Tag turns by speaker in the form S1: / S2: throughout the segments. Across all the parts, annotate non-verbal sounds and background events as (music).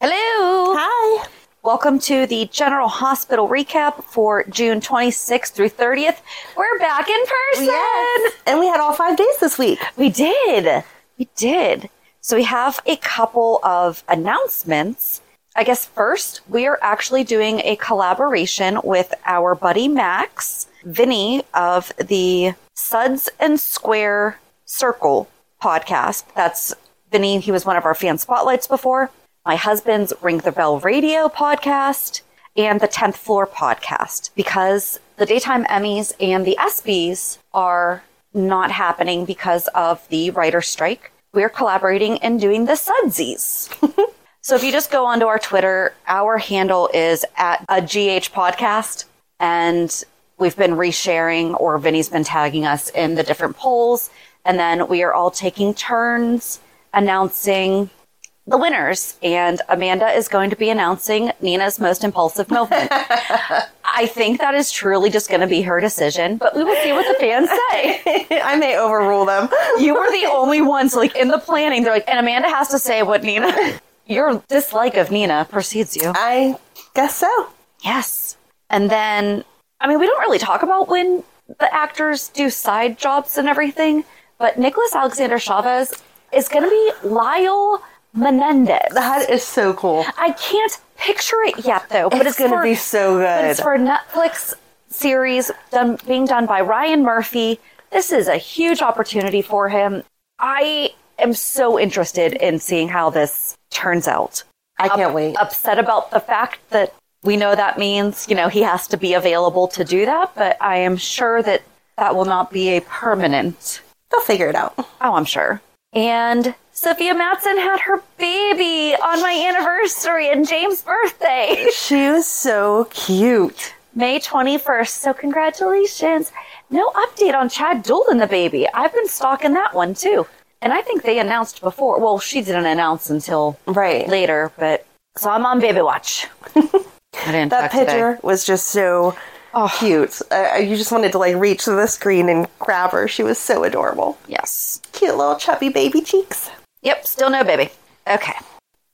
S1: Hello.
S2: Hi. Welcome to the General Hospital recap for June 26th through 30th.
S1: We're back in person.
S2: Yes. And we had all five days this week.
S1: We did. We did. So we have a couple of announcements. I guess first, we are actually doing a collaboration with our buddy Max, Vinny of the Suds and Square Circle podcast. That's Vinny. He was one of our fan spotlights before. My husband's Ring the Bell Radio podcast and the 10th Floor podcast because the daytime Emmys and the ESPYs are not happening because of the writer strike. We're collaborating and doing the Sudsies. so if you just go onto our Twitter, our handle is at a GH podcast and we've been resharing or Vinny's been tagging us in the different polls. And then we are all taking turns announcing the winners. And Amanda is going to be announcing Nina's most impulsive
S2: (laughs)
S1: moment. I think that is truly just going to be her decision, but we will see what the fans say.
S2: (laughs) I may overrule them.
S1: You were
S2: (laughs)
S1: the only ones like in the planning. They're like, and Amanda has to say what Nina, your dislike of Nina precedes you.
S2: I guess so.
S1: Yes. And then, I mean, we don't really talk about when the actors do side jobs and everything, but Nicholas Alexander Chavez is going to be Lyle Menendez.
S2: That is so cool.
S1: I can't picture it yet, though, but
S2: It's
S1: it's,
S2: gonna
S1: for-
S2: be so
S1: but It's
S2: good.
S1: for a Netflix series done, being done by Ryan Murphy. This is a huge opportunity for him. I am so interested in seeing how this turns out.
S2: I can't wait.
S1: Upset about the fact that we know that means, you know, he has to be available to do that, but I am sure that that will not be a permanent.
S2: They'll figure it out.
S1: Oh, I'm sure. And Sophia Matson had her baby on my anniversary and James' birthday, (laughs)
S2: She was so cute.
S1: May 21st. So, congratulations. No update on Chad Doolin, the baby. I've been stalking that one too. And I think they announced before. Well, she didn't announce until
S2: Right.
S1: later, but so I'm on baby watch. I didn't
S2: That
S1: check
S2: picture
S1: today.
S2: was just so cute. Uh, you just wanted to like reach to the screen and grab her. She was so adorable.
S1: Yes.
S2: Cute little chubby baby cheeks.
S1: Yep, still no baby. Okay.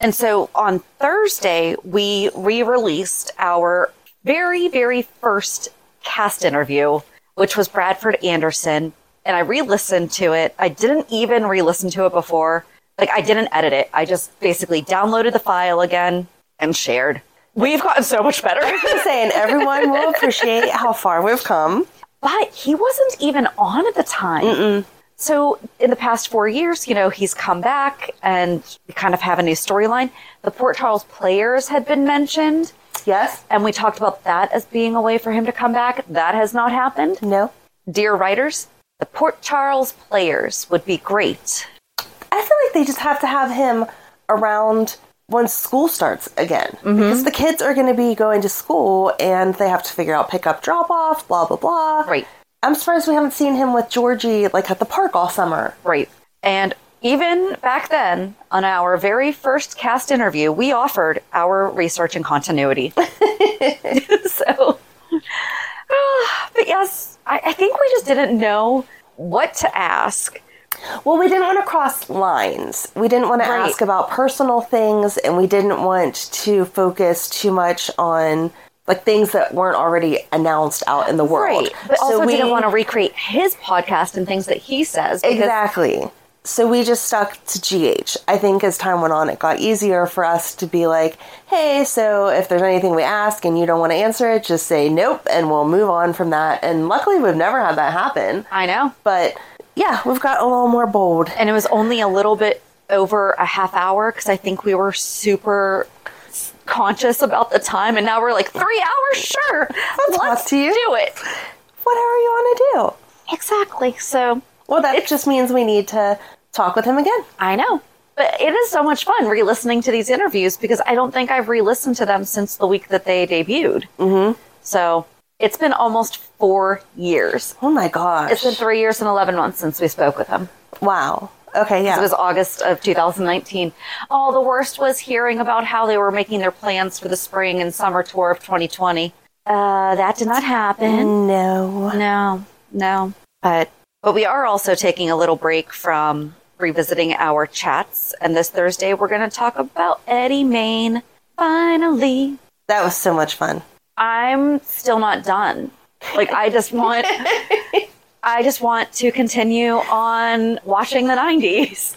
S1: And so on Thursday, we re released our very, very first cast interview, which was Bradford Anderson. And I re listened to it. I didn't even re listen to it before. Like, I didn't edit it. I just basically downloaded the file again and shared. We've gotten so much better.
S2: I'm saying everyone will appreciate how far we've come.
S1: but he wasn't even on at the time. So in the past four years, you know, he's come back and we kind of have a new storyline. The Port Charles players had been mentioned.
S2: Yes, yes.
S1: And we talked about that as being a way for him to come back. That has not happened.
S2: No.
S1: Dear writers, the Port Charles players would be great.
S2: I feel like they just have to have him around once school starts again.
S1: Mm-hmm.
S2: Because the kids are going to be going to school and they have to figure out pick up, drop off, blah, blah, blah.
S1: Right,
S2: I'm surprised we haven't seen him with Georgie like at the park all summer.
S1: right. And even back then, on our very first cast interview, we offered our research and
S2: (laughs)
S1: continuity. (laughs) so, ah, but yes, I, I think we just didn't know what to ask.
S2: Well, we didn't want to cross lines. We didn't want to
S1: Right.
S2: ask about personal things and we didn't want to focus too much on like things that weren't already announced out in the world.
S1: Right, but also
S2: we
S1: didn't want to recreate his podcast and things that he says. because-
S2: Exactly. So we just stuck to GH. I think as time went on, it got easier for us to be like, hey, so if there's anything we ask and you don't want to answer it, just say nope and we'll move on from that. And luckily, we've never had that happen.
S1: I know.
S2: But yeah, we've got a little more bold.
S1: and it was only a little bit over a half hour because I think we were super s- conscious about the time, and now we're like three hours. Sure, let's,
S2: to you.
S1: do it.
S2: Whatever you want to do.
S1: Exactly. So
S2: Well, that just means we need to talk with him again.
S1: I know, but it is so much fun re-listening to these interviews because I don't think I've re-listened to them since the week that they debuted. Mm-hmm. So it's been almost four years.
S2: Oh my gosh.
S1: It's been three years and eleven months since we spoke with them.
S2: wow. Okay, yeah.
S1: It was August of 2019. Oh, the worst was hearing about how they were making their plans for the spring and summer tour of 2020. Uh, that did not happen.
S2: no.
S1: No, no. But but we are also taking a little break from revisiting our chats, and this Thursday we're going to talk about Eddie Main. Finally,
S2: That was so much fun.
S1: I'm still not done. Like I just want. I just want to continue on watching the 90s.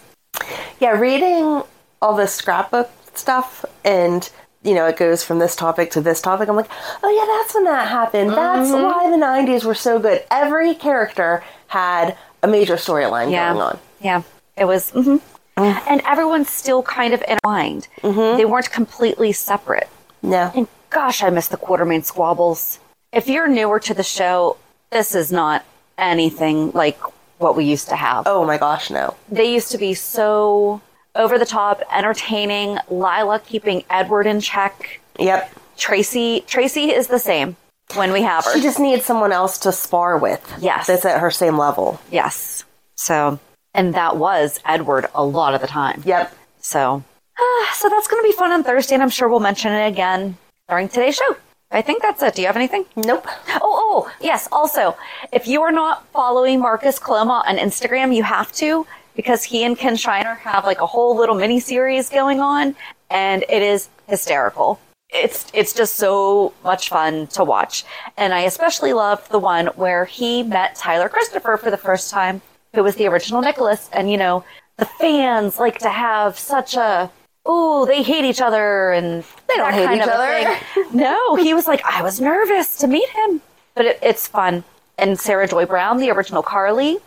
S2: Yeah, reading all the scrapbook stuff and you know, it goes from this topic to this topic. I'm like, oh yeah, that's when that happened. That's
S1: Mm-hmm.
S2: why the nineties were so good. Every character had a major storyline
S1: yeah.
S2: going on.
S1: Yeah, it was. mhm. And everyone's still kind of intertwined. They weren't completely separate.
S2: No.
S1: And gosh, I miss the Quartermain squabbles. If you're newer to the show, this is not anything like what we used to have.
S2: Oh my gosh, no.
S1: They used to be so over the top, entertaining. Lila keeping Edward in check.
S2: Yep.
S1: Tracy, Tracy is the same when we have her.
S2: She just needs someone else to spar with.
S1: Yes.
S2: That's at her same level.
S1: yes. So, and that was Edward a lot of the time.
S2: Yep.
S1: So, (sighs) ah, so that's going to be fun on Thursday, and I'm sure we'll mention it again during today's show. I think that's it. Do you have anything?
S2: Nope.
S1: Oh, oh, yes. Also, if you are not following Marcus Coloma on Instagram, you have to because he and Ken Shiner have like a whole little mini series going on, and it is hysterical. It's it's just so much fun to watch, and I especially loved the one where he met Tyler Christopher for the first time, who was the original Nicholas, and you know the fans like to have such a oh they hate each other and they
S2: don't hate each (laughs) other.
S1: no, he was like, I was nervous to meet him, but it, it's fun. And Sarah Joy Brown, the original Carly,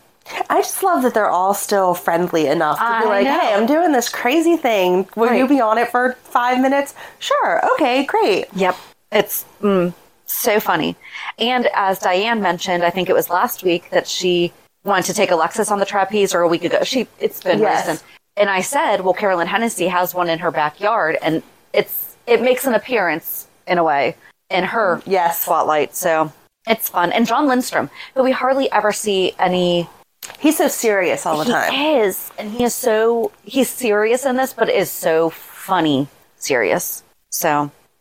S2: I just love that they're all still friendly enough to
S1: I
S2: be like,
S1: know.
S2: hey, I'm doing this crazy thing. Will you
S1: Right.
S2: be on it for five minutes? Sure. Okay, great.
S1: Yep. It's mm, so funny. And as Diane mentioned, I think it was last week that she wanted to take Alexis on the trapeze or a week ago. She it's been
S2: Yes.
S1: recent. And I said, Well, Carolyn Hennessy has one in her backyard and it's it makes an appearance in a way in her
S2: Yes.
S1: spotlight. So it's fun. And John Lindstrom, who we hardly ever see any
S2: He's so serious all the time.
S1: He is, and he is so he's serious in this, but is so funny serious. So,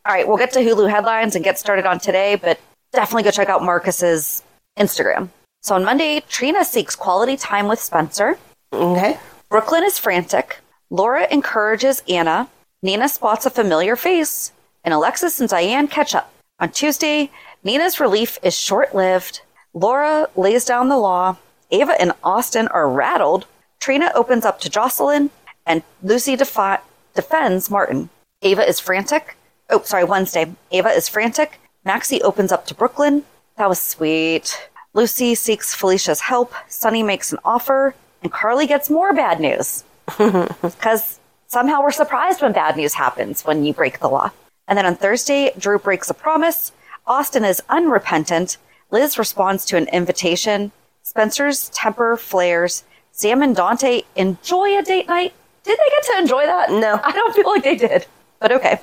S1: all right, we'll get to Hulu headlines and get started on today, but definitely go check out Marcus's Instagram. So on Monday, Trina seeks quality time with Spencer.
S2: Okay.
S1: Brooklyn is frantic. Laura encourages Anna. Nina spots a familiar face, and Alexis and Diane catch up. On Tuesday, Nina's relief is short lived. Laura lays down the law. Ava and Austin are rattled. Trina opens up to Jocelyn, and Lucy defi- defends Martin. Ava is frantic. Oh, sorry, Wednesday. Ava is frantic. Maxie opens up to Brooklyn. That was sweet. Lucy seeks Felicia's help. Sunny makes an offer, and Carly gets more bad news. Because somehow we're surprised when bad news happens when you break the law. And then on Thursday, Drew breaks a promise. Austin is unrepentant. Liz responds to an invitation. Spencer's temper flares. Sam and Dante enjoy a date night. Did they get to enjoy that?
S2: No.
S1: (laughs) I don't feel like they did, but okay.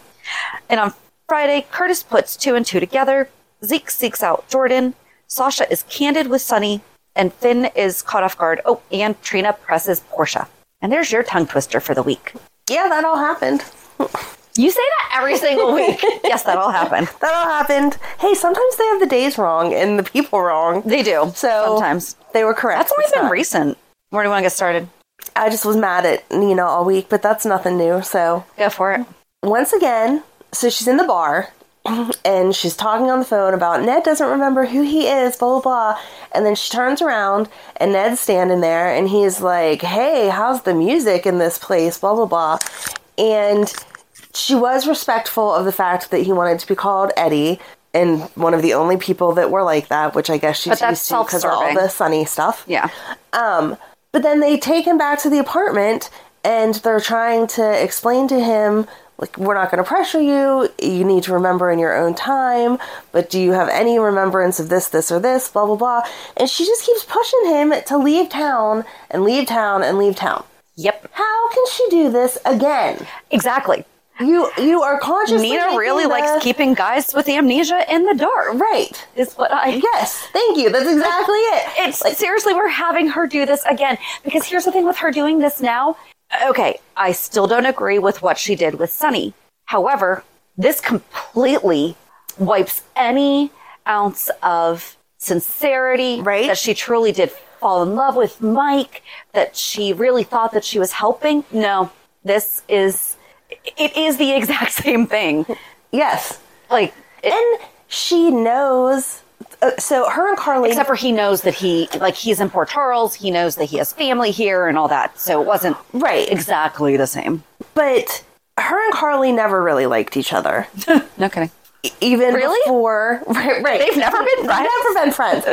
S1: And on Friday, Curtis puts two and two together. Zeke seeks out Jordan. Sasha is candid with Sunny, and Finn is caught off guard. Oh, and Trina presses Portia. And there's your tongue twister for the week.
S2: Yeah, that all happened.
S1: You say that every single week. (laughs) yes, that all happened.
S2: That all happened. Hey, sometimes they have the days wrong and the people wrong.
S1: They do.
S2: So-
S1: sometimes
S2: They were correct.
S1: that's only
S2: It's
S1: been
S2: not-
S1: recent. Where do you want to get started?
S2: I just was mad at Nina all week, but that's nothing new. So
S1: Go for it.
S2: once again, so she's in the bar (clears throat) and she's talking on the phone about Ned doesn't remember who he is, blah, blah, blah. And then she turns around and Ned's standing there and he's like, hey, how's the music in this place, blah, blah, blah. And she was respectful of the fact that he wanted to be called Eddie and one of the only people that were like that, which I guess she's
S1: But that's
S2: used to because of all
S1: self-serving.
S2: the sunny stuff.
S1: Yeah.
S2: Um, but then they take him back to the apartment and they're trying to explain to him, like, we're not going to pressure you. You need to remember in your own time. But do you have any remembrance of this, this, or this? Blah, blah, blah. And she just keeps pushing him to leave town and leave town and leave town.
S1: Yep.
S2: How can she do this again?
S1: Exactly.
S2: You you are consciously.
S1: Nina
S2: making
S1: really
S2: the-
S1: likes keeping guys with amnesia in the dark.
S2: Right.
S1: Is what I
S2: Yes. Thank you. That's exactly it.
S1: It's seriously, we're having her do this again because here's the thing with her doing this now. Okay, I still don't agree with what she did with Sunny. However, this completely wipes any ounce of sincerity
S2: Right.
S1: that she truly did fall in love with Mike, that she really thought that she was helping. No, this is it is the (laughs) exact same thing.
S2: Yes.
S1: Like it-
S2: And she knows. Uh, so her and Carly.
S1: Except for he knows that he, like, he's in Port Charles. He knows that he has family here and all that. So it wasn't
S2: Right.
S1: exactly the same.
S2: But her and Carly never really liked each other.
S1: No kidding.
S2: Even
S1: Really?
S2: before. (laughs) Right, right.
S1: They've never been
S2: They've
S1: friends?
S2: Never been friends.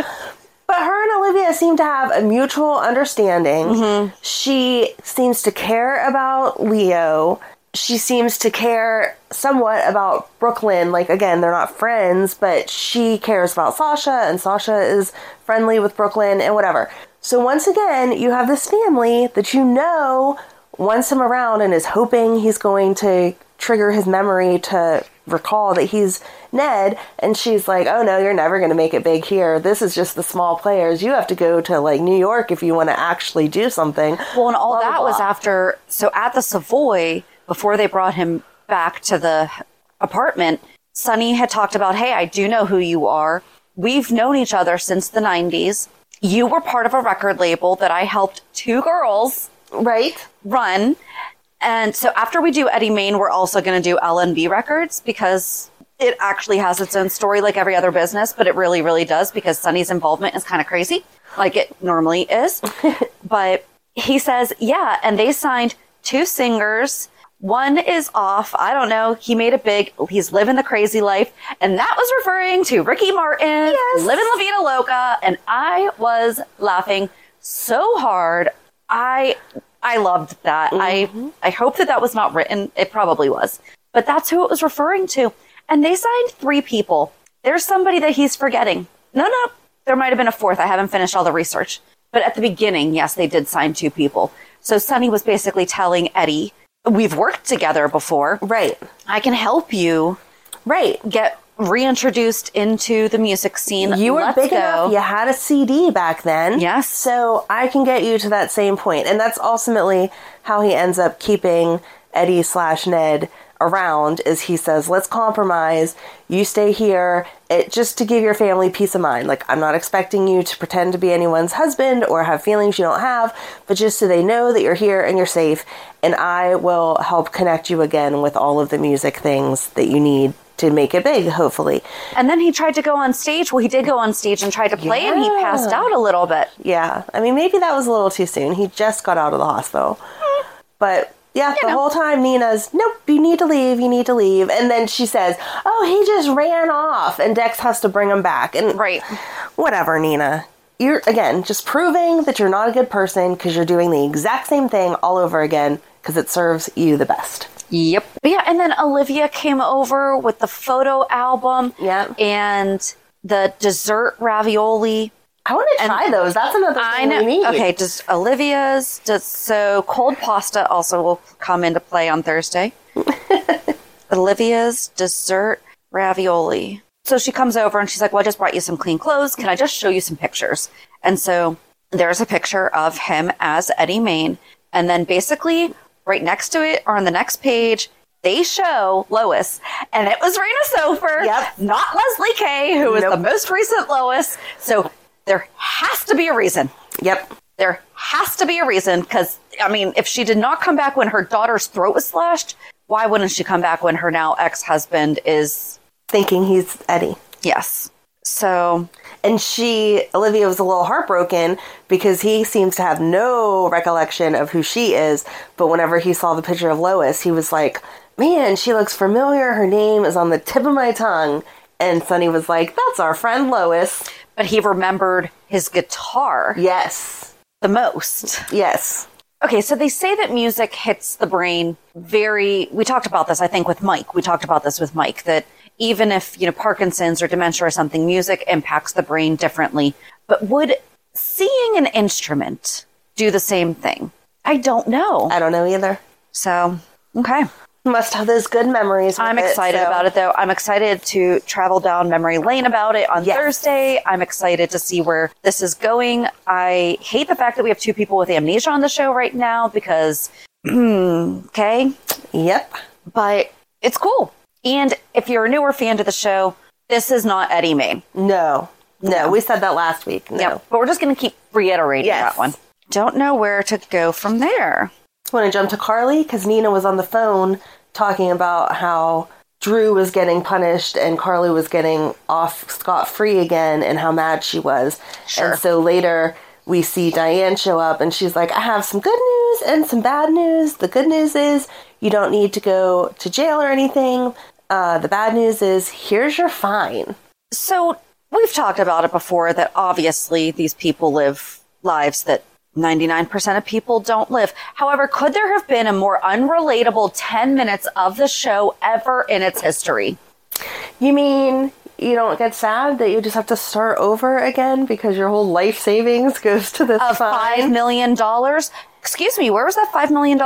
S2: But her and Olivia seem to have a mutual understanding.
S1: Mm-hmm.
S2: She seems to care about Leo. She seems to care somewhat about Brooklyn. Like, again, they're not friends, but she cares about Sasha, and Sasha is friendly with Brooklyn and whatever. So, once again, you have this family that you know wants him around and is hoping he's going to trigger his memory to recall that he's Ned. And she's like, oh no, you're never going to make it big here. This is just the small players. You have to go to like New York if you want to actually do something.
S1: Well, and all
S2: Blah, blah,
S1: that was
S2: blah.
S1: after, so at the Savoy, before they brought him back to the apartment, Sonny had talked about, hey, I do know who you are. We've known each other since the 90s. You were part of a record label that I helped two girls
S2: Right?
S1: run. And so after we do Eddie Main, we're also going to do LNB Records because it actually has its own story like every other business, but it really, really does because Sunny's involvement is kind of crazy like it normally is. but he says, yeah. And they signed two singers. One is off. I don't know. He made it big. He's living the crazy life. And that was referring to Ricky Martin, living La Vida Loca. And I was laughing so hard. I, I loved that.
S2: Mm-hmm.
S1: I, I hope that that was not written. It probably was, but that's who it was referring to. And they signed three people. There's somebody that he's forgetting. No, no, there might have been a fourth. I haven't finished all the research. But at the beginning, yes, they did sign two people. So Sonny was basically telling Eddie, We've worked together before.
S2: Right.
S1: I can help you
S2: Right.
S1: get reintroduced into the music scene.
S2: You were
S1: Let's
S2: big
S1: go.
S2: enough. You had a CD back then.
S1: Yes.
S2: So I can get you to that same point. And that's ultimately how he ends up keeping Eddie slash Ned around is he says, let's compromise. You stay here. It just to give your family peace of mind. Like I'm not expecting you to pretend to be anyone's husband or have feelings you don't have, but just so they know that you're here and you're safe. And I will help connect you again with all of the music things that you need to make it big, hopefully.
S1: And then he tried to go on stage. Well, he did go on stage and tried to play, and he passed out a little bit.
S2: Yeah, I mean, maybe that was a little too soon. He just got out of the hospital. But yeah, the
S1: know.
S2: whole time Nina's, nope, you need to leave, you need to leave. And then she says, oh, he just ran off, and Dex has to bring him back. And
S1: Right.
S2: whatever, Nina. You're, again, just proving that you're not a good person because you're doing the exact same thing all over again because it serves you the best.
S3: Yep.
S1: But yeah, and then Olivia came over with the photo album
S2: Yeah.
S1: and the dessert ravioli.
S2: I want to try those. That's another thing
S1: I
S2: we need.
S1: know. Okay, does Olivia's does so cold pasta also will come into play on
S2: (laughs)
S1: Thursday. Olivia's dessert ravioli. So she comes over and she's like, "Well, I just brought you some clean clothes. Can I just show you some pictures?" And so there's a picture of him as Eddie Main, and then basically right next to it or on the next page. They show Lois, and it was Raina Sofer,
S2: Yep.
S1: not Leslie Kay, who was
S2: Nope.
S1: the most recent Lois. So there has to be a reason
S2: Yep.
S1: there has to be a reason because i mean if she did not come back when her daughter's throat was slashed why wouldn't she come back when her now ex-husband is
S2: Thinking he's Eddie.
S1: yes so
S2: And she, Olivia, was a little heartbroken because he seems to have no recollection of who she is. But whenever he saw the picture of Lois, he was like, Man, she looks familiar. Her name is on the tip of my tongue. And Sonny was like, That's our friend Lois.
S1: but he remembered his guitar
S2: Yes.
S1: the most
S2: Yes.
S1: okay so they say that music hits the brain very we talked about this i think with mike we talked about this with mike that even if you know parkinson's or dementia or something music impacts the brain differently but would seeing an instrument do the same thing i don't know
S2: I don't know either.
S1: So, okay.
S2: Must have those good memories. with
S1: I'm excited
S2: so-
S1: about it though. I'm excited to travel down memory lane about it on
S2: Yes.
S1: Thursday. I'm excited to see where this is going. I hate the fact that we have two people with amnesia on the show right now because, (clears throat) okay,
S2: Yep.
S1: but it's cool. And if you're a newer fan to the show, this is not Eddie Main.
S2: No. No. We said that last week. No.
S1: Yep. But we're just going to keep reiterating
S2: Yes.
S1: that one. Don't know where to go from there.
S2: want to jump to Carly because Nina was on the phone talking about how Drew was getting punished and Carly was getting off scot free again and how mad she was. And so later we see Diane show up and she's like, I have some good news and some bad news. The good news is you don't need to go to jail or anything. Uh, the bad news is here's your fine.
S1: So we've talked about it before that obviously these people live lives that 99% of people don't live. However, could there have been a more unrelatable 10 minutes of the show ever in its history?
S2: You mean you don't get sad that you just have to start over again because your whole life savings (laughs) goes to this
S1: Of
S2: fine?
S1: $5 million? Excuse me, where was that $5 million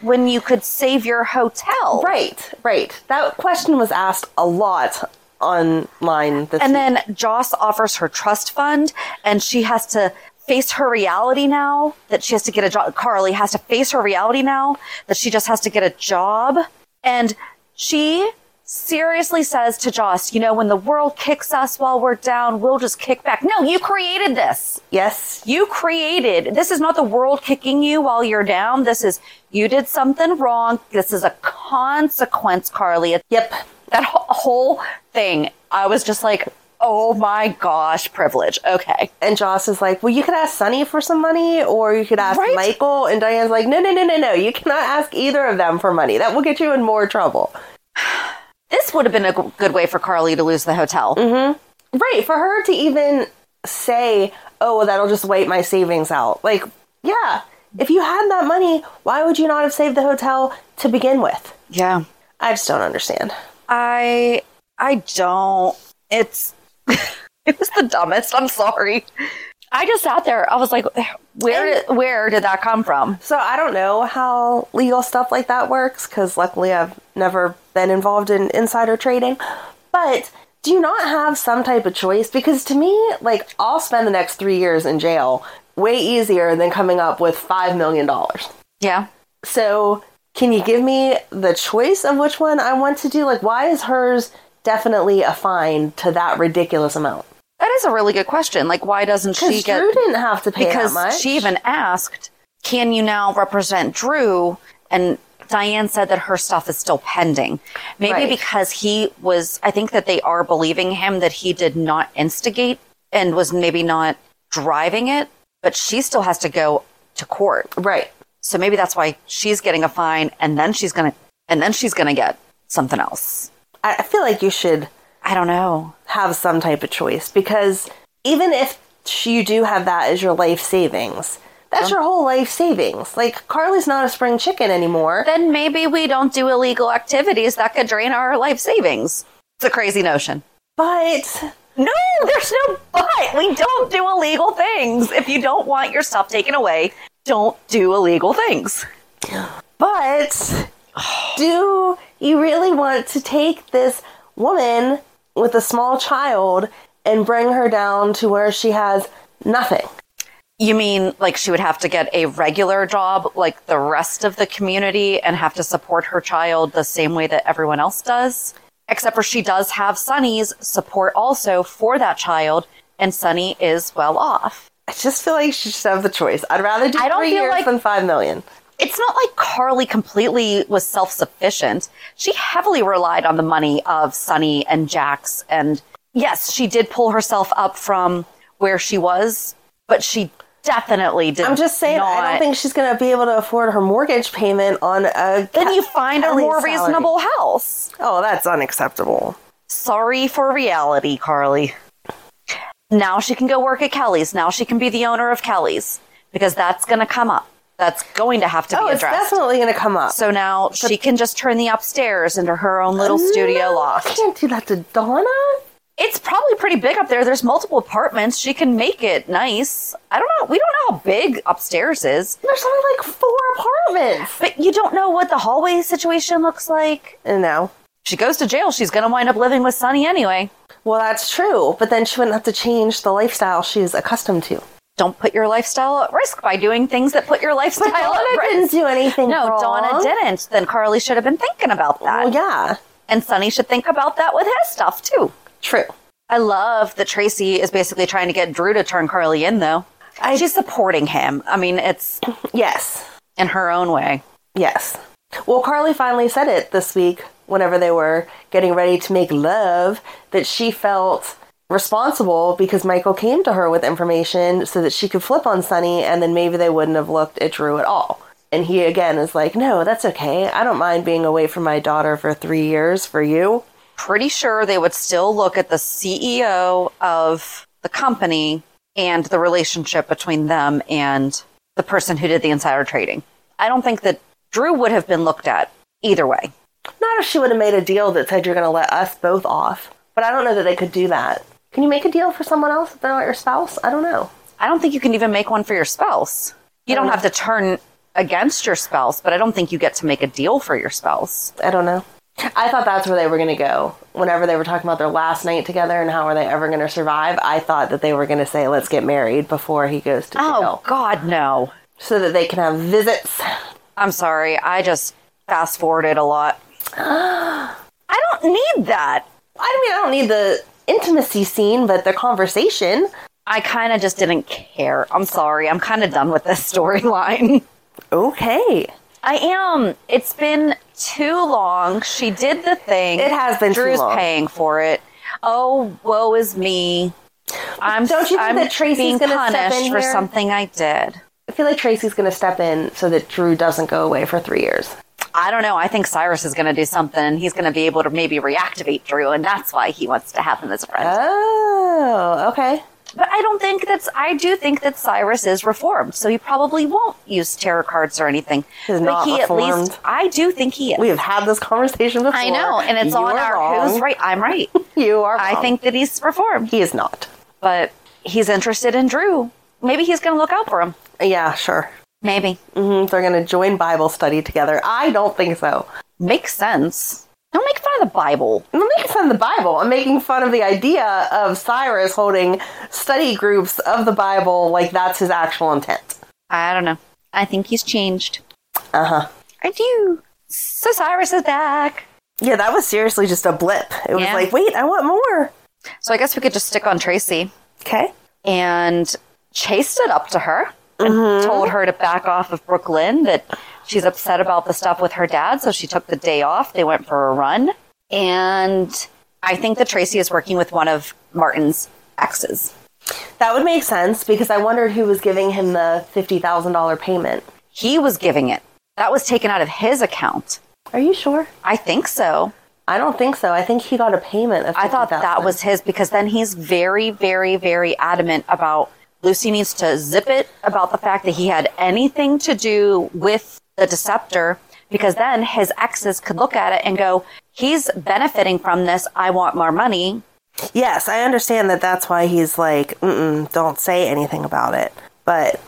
S1: when you could save your hotel?
S2: Right, right. That question was asked a lot online this
S1: And
S2: week.
S1: then Joss offers her trust fund, and she has to face her reality now that she has to get a job. Carly has to face her reality now that she just has to get a job. And she seriously says to Joss, You know, when the world kicks us while we're down, we'll just kick back. No, you created this.
S2: yes,
S1: You created this is not the world kicking you while you're down. This is you did something wrong. This is a consequence, Carly. It's
S2: yep,
S1: that wh- whole thing, I was just like, oh my gosh, privilege. Okay.
S2: and Joss is like, "Well, you could ask Sunny for some money, or you could ask
S1: Right?
S2: Michael." And Diane's like, "No, no, no, no, no. You cannot ask either of them for money. That will get you in more trouble."
S1: This would have been a g- good way for Carly to lose the hotel.
S2: Right for her to even say, "Oh, well, that'll just wipe my savings out." Like, yeah, if you had that money, why would you not have saved the hotel to begin with?
S1: Yeah.
S2: I just don't understand.
S1: I I don't. It's (laughs) it was the dumbest. I'm sorry. I just sat there. I was like, where where did that come from?
S2: So I don't know how legal stuff like that works because luckily I've never been involved in insider trading. But do you not have some type of choice? Because to me, like I'll spend the next three years in jail way easier than coming up with five million dollars.
S1: Yeah.
S2: So can you give me the choice of which one I want to do? Like why is hers definitely a fine to that ridiculous amount?
S1: That is a really good question. Like why doesn't she
S2: Because
S1: get
S2: Drew didn't have to pay
S1: because
S2: that much.
S1: she even asked, "Can you now represent Drew?" And Diane said that her stuff is still pending. Maybe
S2: Right.
S1: because he was I think that they are believing him that he did not instigate and was maybe not driving it, but she still has to go to court.
S2: right.
S1: So maybe that's why she's getting a fine and then she's going to and then she's going to get something else.
S2: I I feel like you should
S1: I don't know.
S2: have some type of choice because even if sh- you do have that as your life savings, That's your whole life savings. Like Carly's not a spring chicken anymore.
S1: Then maybe we don't do illegal activities that could drain our life savings. It's a crazy notion.
S2: But
S1: No, there's no but. We don't do illegal things. If you don't want your stuff taken away, don't do illegal things.
S2: but
S1: (sighs)
S2: do you really want to take this woman with a small child and bring her down to where she has nothing?
S1: You mean like she would have to get a regular job like the rest of the community and have to support her child the same way that everyone else does? Except for she does have Sunny's support also for that child, and Sunny is well off.
S2: I just feel like she should have the choice. I'd rather do
S1: I don't
S2: three
S1: feel
S2: years
S1: like-
S2: than five million.
S1: it's not like Carly completely was self sufficient. She heavily relied on the money of Sonny and Jax. And yes, she did pull herself up from where she was, but she definitely did
S2: I'm just saying, I don't
S1: not-
S2: think she's going to be able to afford her mortgage payment on a.
S1: Then you find a
S2: Kelly's
S1: more
S2: salary.
S1: reasonable house.
S2: Oh, that's unacceptable.
S1: Sorry for reality, Carly. Now she can go work at Kelly's. Now she can be the owner of Kelly's because that's going to come up. That's going to have to
S2: Oh,
S1: be
S2: it's
S1: addressed.
S2: definitely going to come up.
S1: So now she can just turn the upstairs into her own little studio
S2: No, I
S1: loft.
S2: can't do that to Donna.
S1: It's probably pretty big up there. There's multiple apartments. She can make it nice. I don't know. We don't know how big upstairs is,
S2: There's only like four apartments.
S1: but you don't know what the hallway situation looks like.
S2: No.
S1: She goes to jail. She's going to wind up living with Sonny anyway.
S2: Well, that's true, but then she wouldn't have to change the lifestyle she's accustomed to.
S1: Don't put your lifestyle at risk by doing things that put your lifestyle
S2: But Donna
S1: at risk.
S2: didn't do anything
S1: no,
S2: wrong.
S1: Donna didn't. Then Carly should have been thinking about that.
S2: Well, yeah,
S1: And Sonny should think about that with his stuff too.
S2: true.
S1: I love that Tracy is basically trying to get Drew to turn Carly in, though. She's supporting him. I mean, it's
S2: Yes,
S1: in her own way.
S2: yes. Well, Carly finally said it this week whenever they were getting ready to make love that she felt responsible because Michael came to her with information so that she could flip on Sunny and then maybe they wouldn't have looked at Drew at all. And he again is like, no, that's okay. I don't mind being away from my daughter for three years for you.
S1: Pretty sure they would still look at the CEO of the company and the relationship between them and the person who did the insider trading. I don't think that Drew would have been looked at either way.
S2: Not if she would have made a deal that said you're going to let us both off. But I don't know that they could do that. Can you make a deal for someone else if they're not your spouse? I don't know.
S1: I don't think you can even make one for your spouse. You don't have to turn against your spouse, but I don't think you get to make a deal for your spouse.
S2: I don't know. I thought that's where they were going to go. Whenever they were talking about their last night together and how are they ever going to survive, I thought that they were going to say, let's get married before he goes to
S1: Oh,
S2: jail.
S1: God, no.
S2: So that they can have visits.
S1: I'm sorry. I just fast forwarded a lot. (gasps) I don't need that.
S2: I mean, I don't need the intimacy scene, but the conversation.
S1: I kind of just didn't care. I'm sorry. I'm kind of done with this (laughs) storyline.
S2: Okay.
S1: I am. It's been too long. She did the thing.
S2: It has been too
S1: Drew's
S2: long.
S1: paying for it. Oh, woe is me. I'm,
S2: Don't you think
S1: I'm
S2: that Tracy's
S1: being
S2: gonna step
S1: punished
S2: in
S1: for
S2: here?
S1: something I did.
S2: I feel like Tracy's going to step in so that Drew doesn't go away for three years.
S1: I don't know. I think Cyrus is going to do something. and He's going to be able to maybe reactivate Drew, and that's why he wants to have him as a friend.
S2: Oh, okay.
S1: But I don't think that's. I do think that Cyrus is reformed, so he probably won't use tarot cards or anything.
S2: He's
S1: but
S2: not
S1: he at
S2: reformed.
S1: least. I do think he is.
S2: We have had this conversation before.
S1: I know, and it's on
S2: You're
S1: our
S2: wrong.
S1: who's right. I'm
S2: (laughs)
S1: right.
S2: You are.
S1: I
S2: wrong.
S1: think that he's reformed,
S2: he is not.
S1: but he's interested in Drew. Maybe he's going to look out for him.
S2: Yeah, sure.
S1: Maybe
S2: hmm They're going to join Bible study together. I don't think so.
S1: makes sense. Don't make fun of the Bible.
S2: I'm not making fun of the Bible. I'm making fun of the idea of Cyrus holding study groups of the Bible like that's his actual intent.
S1: I don't know. I think he's changed.
S2: Uh huh.
S1: I do. So Cyrus is back.
S2: Yeah, that was seriously just a blip. It was
S1: Yeah.
S2: like, wait, I want more.
S1: So I guess we could just stick on Tracy.
S2: Okay.
S1: and chased it up to her and told her to back off of Brooklyn that she's upset about the stuff with her dad. So she took the day off. They went for a run. And I think that Tracy is working with one of Martin's exes.
S2: That would make sense because I wondered who was giving him the $50,000 payment.
S1: He was giving it. That was taken out of his account.
S2: Are you sure?
S1: I think so.
S2: I don't think so. I think he got a payment of
S1: I thought that
S2: 50,000.
S1: was his because then he's very, very, very adamant about Lucy needs to zip it about the fact that he had anything to do with the Deceptor because then his exes could look at it and go, he's benefiting from this. I want more money.
S2: Yes, I understand that that's why he's like, Mm-mm, don't say anything about it. But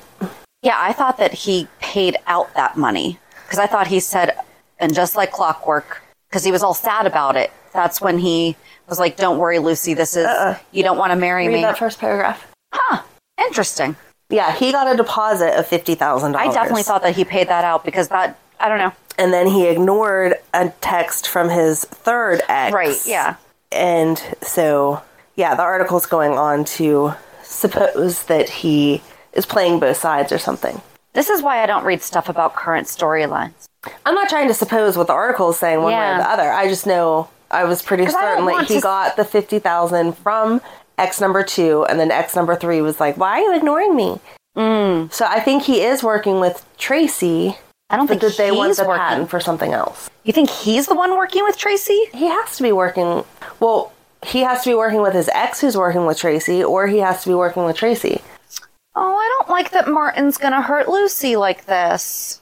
S1: Yeah, I thought that he paid out that money because I thought he said, and just like clockwork, because he was all sad about it. That's when he was like, don't worry, Lucy, this is, you don't want to marry
S2: Uh-uh. read
S1: me.
S2: that first paragraph.
S1: Interesting.
S2: Yeah, he got a deposit of fifty thousand
S1: I
S2: dollars.
S1: definitely thought that he paid that out because that, I don't know.
S2: and then he ignored a text from his third ex.
S1: Right, yeah.
S2: And so, yeah, the article's going on to suppose that he is playing both sides or something.
S1: This is why I don't read stuff about current storylines.
S2: I'm not trying to suppose what the article is saying one way
S1: Yeah.
S2: or the other. I just know I was pretty
S1: 'Cause I don't
S2: certain
S1: want
S2: that he
S1: to-
S2: got the fifty thousand from ex number two, and then ex number three was like, "Why are you ignoring me?" Mm. So I think he is working with Tracy,
S1: I don't
S2: but
S1: think
S2: that they
S1: he's
S2: want the
S1: working.
S2: patent for something else.
S1: You think he's the one working with Tracy?
S2: He has to be working. Well, he has to be working with his ex, who's working with Tracy, or he has to be working with Tracy.
S1: Oh, I don't like that Martin's going to hurt Lucy like this.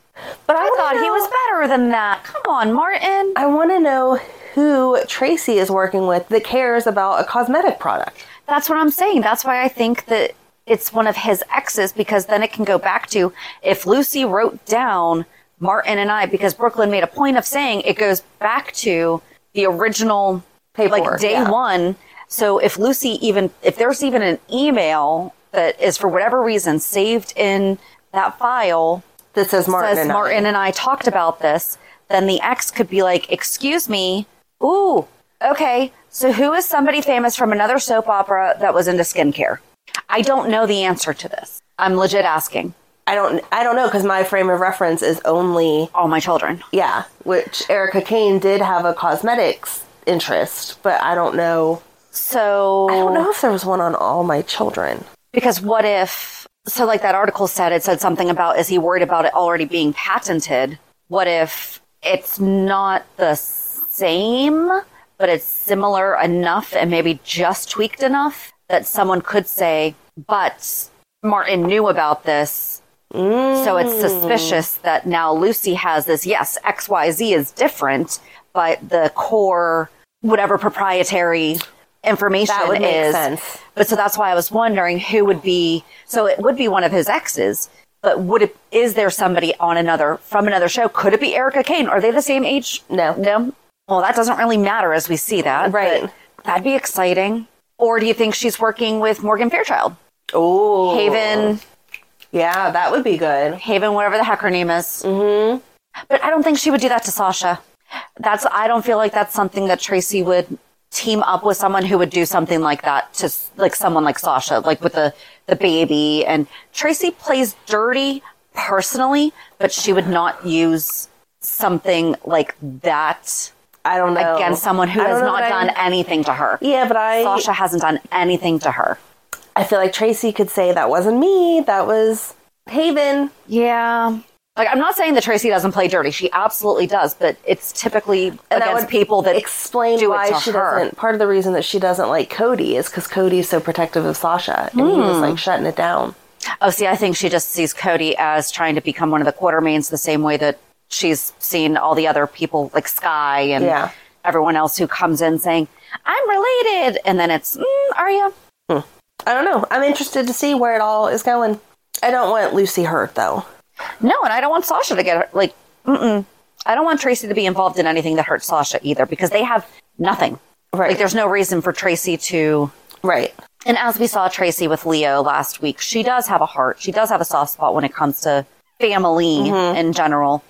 S1: But I,
S2: don't
S1: thought he
S2: know.
S1: was better than that. Come on, Martin.
S2: I want to know who Tracy is working with that cares about a cosmetic product.
S1: That's what I'm saying. That's why I think that it's one of his exes because then it can go back to if Lucy wrote down Martin and I because Brooklyn made a point of saying it goes back to the original
S2: Paperwork,
S1: like day
S2: yeah.
S1: one. So if Lucy even if there's even an email that is for whatever reason saved in that file
S2: That says Martin.
S1: says
S2: and I.
S1: Martin and I talked about this, then the ex could be like, "Excuse me, ooh, okay. So who is somebody famous from another soap opera that was into skincare? I don't know the answer to this. I'm legit asking
S2: I don't I don't know because my frame of reference is only
S1: all my children.
S2: yeah, which Erica Kane did have a cosmetics interest, but I don't know
S1: So
S2: I don't know if there was one on all my children.
S1: because what if? So like that article said, it said something about is he worried about it already being patented? What if it's not the same, but it's similar enough and maybe just tweaked enough that someone could say, but Martin knew about this. So it's
S2: Mm.
S1: suspicious that now Lucy has this. Yes, XYZ is different, but the core, whatever proprietary information
S2: That would make
S1: is.
S2: sense.
S1: But so that's why I was wondering who would be. So it would be one of his exes. But would it? Is there somebody on another from another show? Could it be Erica Kane? Are they the same age?
S2: No.
S1: no. Well, that doesn't really matter as we see that.
S2: Right.
S1: but That'd be exciting. Or do you think she's working with Morgan Fairchild,
S2: Oh.
S1: Haven,
S2: Yeah, that would be good.
S1: Haven, whatever the heck her name is? Mm-hmm. But I don't think she would do that to Sasha. That's. I don't feel like that's something that Tracy would team up with someone who would do something like that to s- like someone like Sasha, like with the the baby. And Tracy plays dirty personally, but she would not use something like that
S2: I don't know.
S1: against someone who
S2: Oh. I don't
S1: has
S2: know
S1: not
S2: that I-
S1: done anything to her.
S2: Yeah, but I
S1: Sasha hasn't done anything to her.
S2: I feel like Tracy could say that wasn't me, that was Haven.
S1: Yeah. Like I'm not saying that Tracy doesn't play dirty. She absolutely does, but it's typically
S2: And
S1: against people that
S2: explain
S1: do it
S2: why
S1: to
S2: she
S1: her.
S2: doesn't. Part of the reason that she doesn't like Cody is because Cody's so protective of Sasha, and he was
S1: Hmm.
S2: like shutting it down.
S1: Oh, see, I think she just sees Cody as trying to become one of the quartermains the same way that she's seen all the other people like Sky and
S2: Yeah.
S1: everyone else who comes in saying, I'm related. And then it's, mm, are you?
S2: I don't know. I'm interested to see where it all is going. I don't want Lucy hurt though.
S1: No, and I don't want Sasha to get hurt. Like, mm-mm. I don't want Tracy to be involved in anything that hurts Sasha either because they have nothing.
S2: Right.
S1: Like, there's no reason for Tracy to.
S2: Right.
S1: And as we saw Tracy with Leo last week, she does have a heart. She does have a soft spot when it comes to family in general.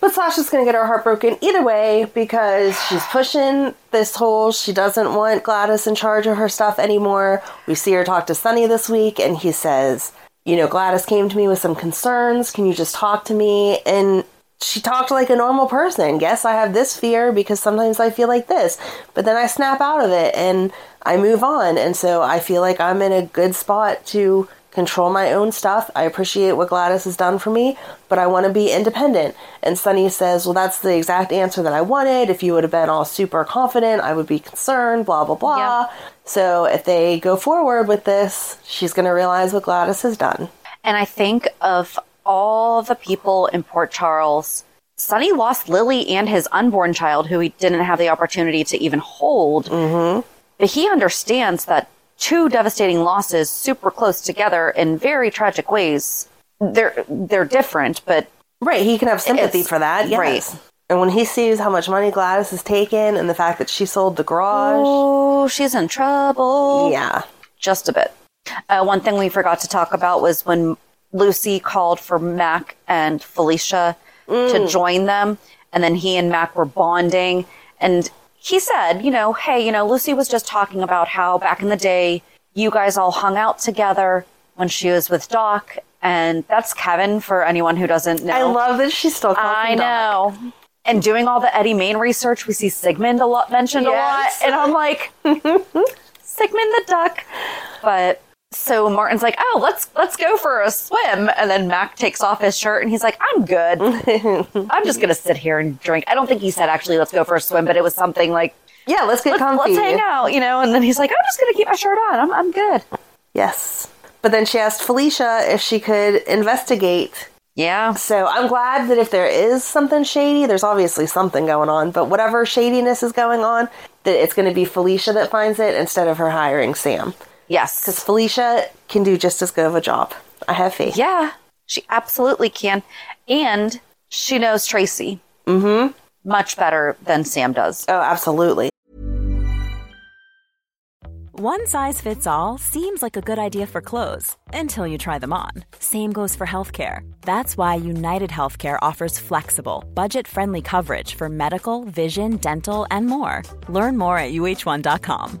S2: But Sasha's going to get her heart broken either way because she's pushing this whole she doesn't want Gladys in charge of her stuff anymore. We see her talk to Sunny this week and he says, "You know, Gladys came to me with some concerns. Can you just talk to me?" And she talked like a normal person. Yes, I have this fear because sometimes I feel like this, but then I snap out of it and I move on. And so I feel like I'm in a good spot to control my own stuff. I appreciate what Gladys has done for me, but I want to be independent. And Sunny says, Well, that's the exact answer that I wanted. If you would have been all super confident, I would be concerned, blah, blah, blah. So if they go forward with this, she's going to realize what Gladys has done.
S1: And I think of all the people in Port Charles, Sonny lost Lily and his unborn child, who he didn't have the opportunity to even hold. Mm-hmm. But he understands that two devastating losses, super close together in very tragic ways, they're they're different, but
S2: Right, he can have sympathy
S1: It's-
S2: for that. Yes.
S1: right.
S2: And when he sees how much money Gladys has taken and the fact that she sold the garage,
S1: oh, she's in trouble.
S2: yeah.
S1: just a bit. Uh, one thing we forgot to talk about was when Lucy called for Mac and Felicia to join them, and then he and Mac were bonding. And he said, you know, hey, you know, Lucy was just talking about how back in the day you guys all hung out together when she was with Doc, and that's Kevin for anyone who doesn't know.
S2: I love that she still calls
S1: I
S2: him Doc.
S1: know. And doing all the Eddie Main research, we see Sigmund a lot mentioned
S2: Yes.
S1: a lot, and I'm (laughs) like, Sigmund the duck. But so Martin's like, oh, let's let's go for a swim, and then Mac takes off his shirt and he's like, I'm (laughs) good. I'm just gonna sit here and drink. I don't think he said actually, let's go for a swim, but it was something like,
S2: Yeah, let's get
S1: let's,
S2: comfy.
S1: let's hang out, you know. And then he's like, I'm just gonna keep my shirt on. I'm I'm good.
S2: Yes. But then she asked Felicia if she could investigate.
S1: Yeah.
S2: So I'm glad that if there is something shady, there's obviously something going on, but whatever shadiness is going on, that it's going to be Felicia that finds it instead of her hiring Sam.
S1: Yes.
S2: Because Felicia can do just as good of a job. I have faith.
S1: Yeah, she absolutely can. And she knows Tracy mm-hmm. much better than Sam does.
S2: Oh, absolutely.
S4: One size fits all seems like a good idea for clothes until you try them on. Same goes for healthcare. That's why United Healthcare offers flexible, budget friendly coverage for medical, vision, dental, and more. Learn more at uh1.com.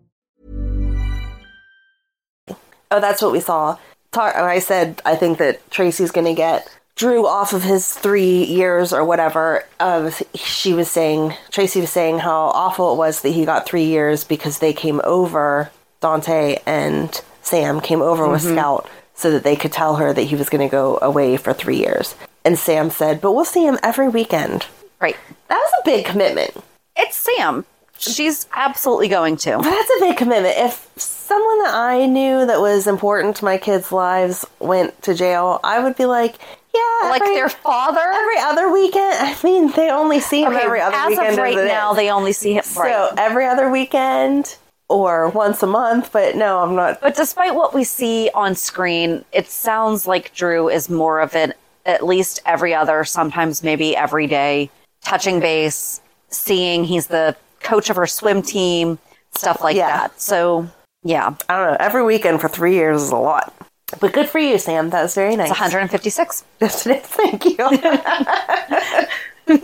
S2: Oh, that's what we saw. Tar- I said I think that Tracy's going to get Drew off of his three years or whatever. Of she was saying Tracy was saying how awful it was that he got three years because they came over Dante and Sam came over with Scout so that they could tell her that he was going to go away for three years. And Sam said, "But we'll see him every weekend."
S1: Right.
S2: That was a big commitment.
S1: It's Sam. She's absolutely going to.
S2: But that's a big commitment. If someone that I knew that was important to my kids' lives went to jail, I would be like, yeah,
S1: Like
S2: every,
S1: their father.
S2: every other weekend. I mean, they only see him
S1: Okay,
S2: every other
S1: as
S2: weekend.
S1: of right
S2: it
S1: now,
S2: is.
S1: they only see him.
S2: so
S1: Right.
S2: every other weekend or once a month. But no, I'm not.
S1: But despite what we see on screen, it sounds like Drew is more of an at least every other, sometimes maybe every day, touching base, seeing he's the coach of her swim team, stuff like
S2: Yeah.
S1: that. So, yeah,
S2: I don't know. Every weekend for three years is a lot. But good for you, Sam. That was very nice.
S1: it's 156.
S2: Yes, it (laughs) is. Thank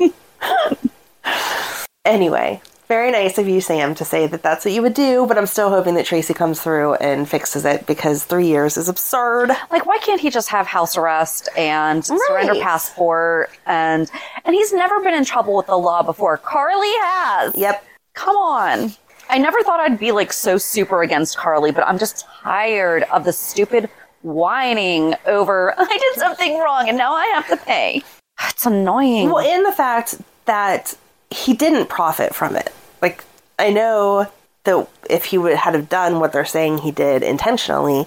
S2: you. (laughs) anyway, very nice of you, Sam, to say that that's what you would do, but I'm still hoping that Tracy comes through and fixes it because three years is absurd.
S1: Like, why can't he just have house arrest and surrender
S2: Right.
S1: passport? And and he's never been in trouble with the law before. Carly has.
S2: Yep.
S1: Come on. I never thought I'd be like so super against Carly, but I'm just tired of the stupid whining over (laughs) I did something wrong and now I have to pay. (sighs) It's annoying.
S2: Well, in the fact that he didn't profit from it. Like, I know that if he would, had have done what they're saying he did intentionally,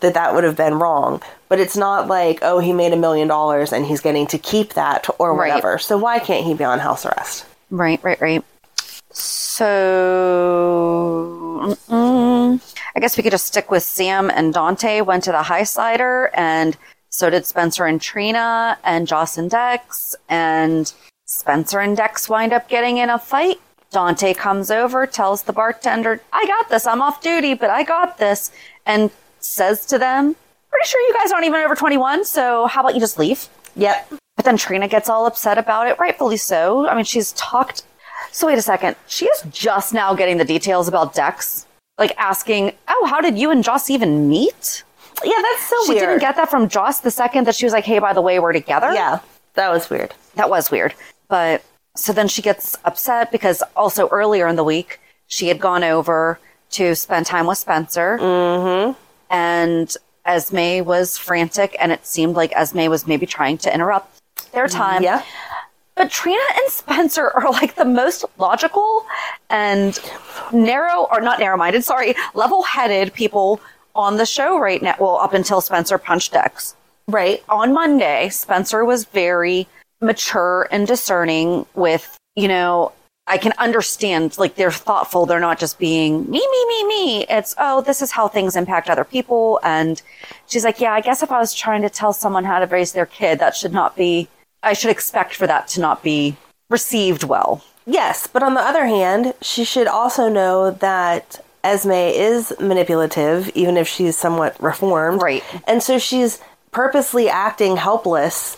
S2: that that would have been wrong. But it's not like, oh, he made a million dollars and he's getting to keep that or
S1: Right.
S2: whatever. So why can't he be on house arrest?
S1: Right, right, right. So, mm, I guess we could just stick with Sam and Dante went to the high sider, and so did Spencer and Trina and Joss and Dex, and Spencer and Dex wind up getting in a fight. Dante comes over, tells the bartender, "I got this. I'm off duty, but I got this." And says to them, Pretty sure you guys aren't even over 21, so how about you just leave?
S2: Yep.
S1: But then Trina gets all upset about it, rightfully so. I mean, she's talked. So, wait a second. She is just now getting the details about Dex, like asking, Oh, how did you and Joss even meet?
S2: Yeah, that's so
S1: She
S2: weird.
S1: didn't get that from Joss the second that she was like, Hey, by the way, we're together.
S2: Yeah, that was weird.
S1: That was weird. But so then she gets upset because also earlier in the week, she had gone over to spend time with Spencer. Mm-hmm. And Esme was frantic, and it seemed like Esme was maybe trying to interrupt their time.
S2: Yeah.
S1: But Trina and Spencer are like the most logical and narrow, or not narrow minded, sorry, level headed people on the show right now. Well, up until Spencer punched Dex
S2: Right.
S1: on Monday, Spencer was very mature and discerning with, you know, I can understand, like, they're thoughtful. They're not just being me, me, me, me. It's, oh, this is how things impact other people. And she's like, yeah, I guess if I was trying to tell someone how to raise their kid, that should not be, I should expect for that to not be received well.
S2: Yes, but on the other hand, she should also know that Esme is manipulative, even if she's somewhat reformed.
S1: Right.
S2: And so she's purposely acting helpless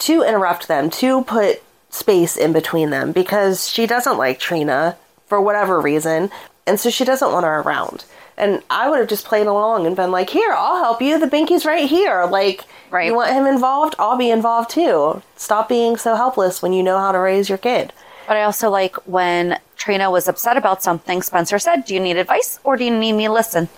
S2: to interrupt them, to put space in between them, because she doesn't like Trina for whatever reason. And so she doesn't want her around. And I would have just played along and been like, here, I'll help you. The binky's right here. Like,
S1: Right.
S2: you want him involved? I'll be involved too. Stop being so helpless when you know how to raise your kid.
S1: But I also like when Trina was upset about something, Spencer said, do you need advice or do you need me to listen?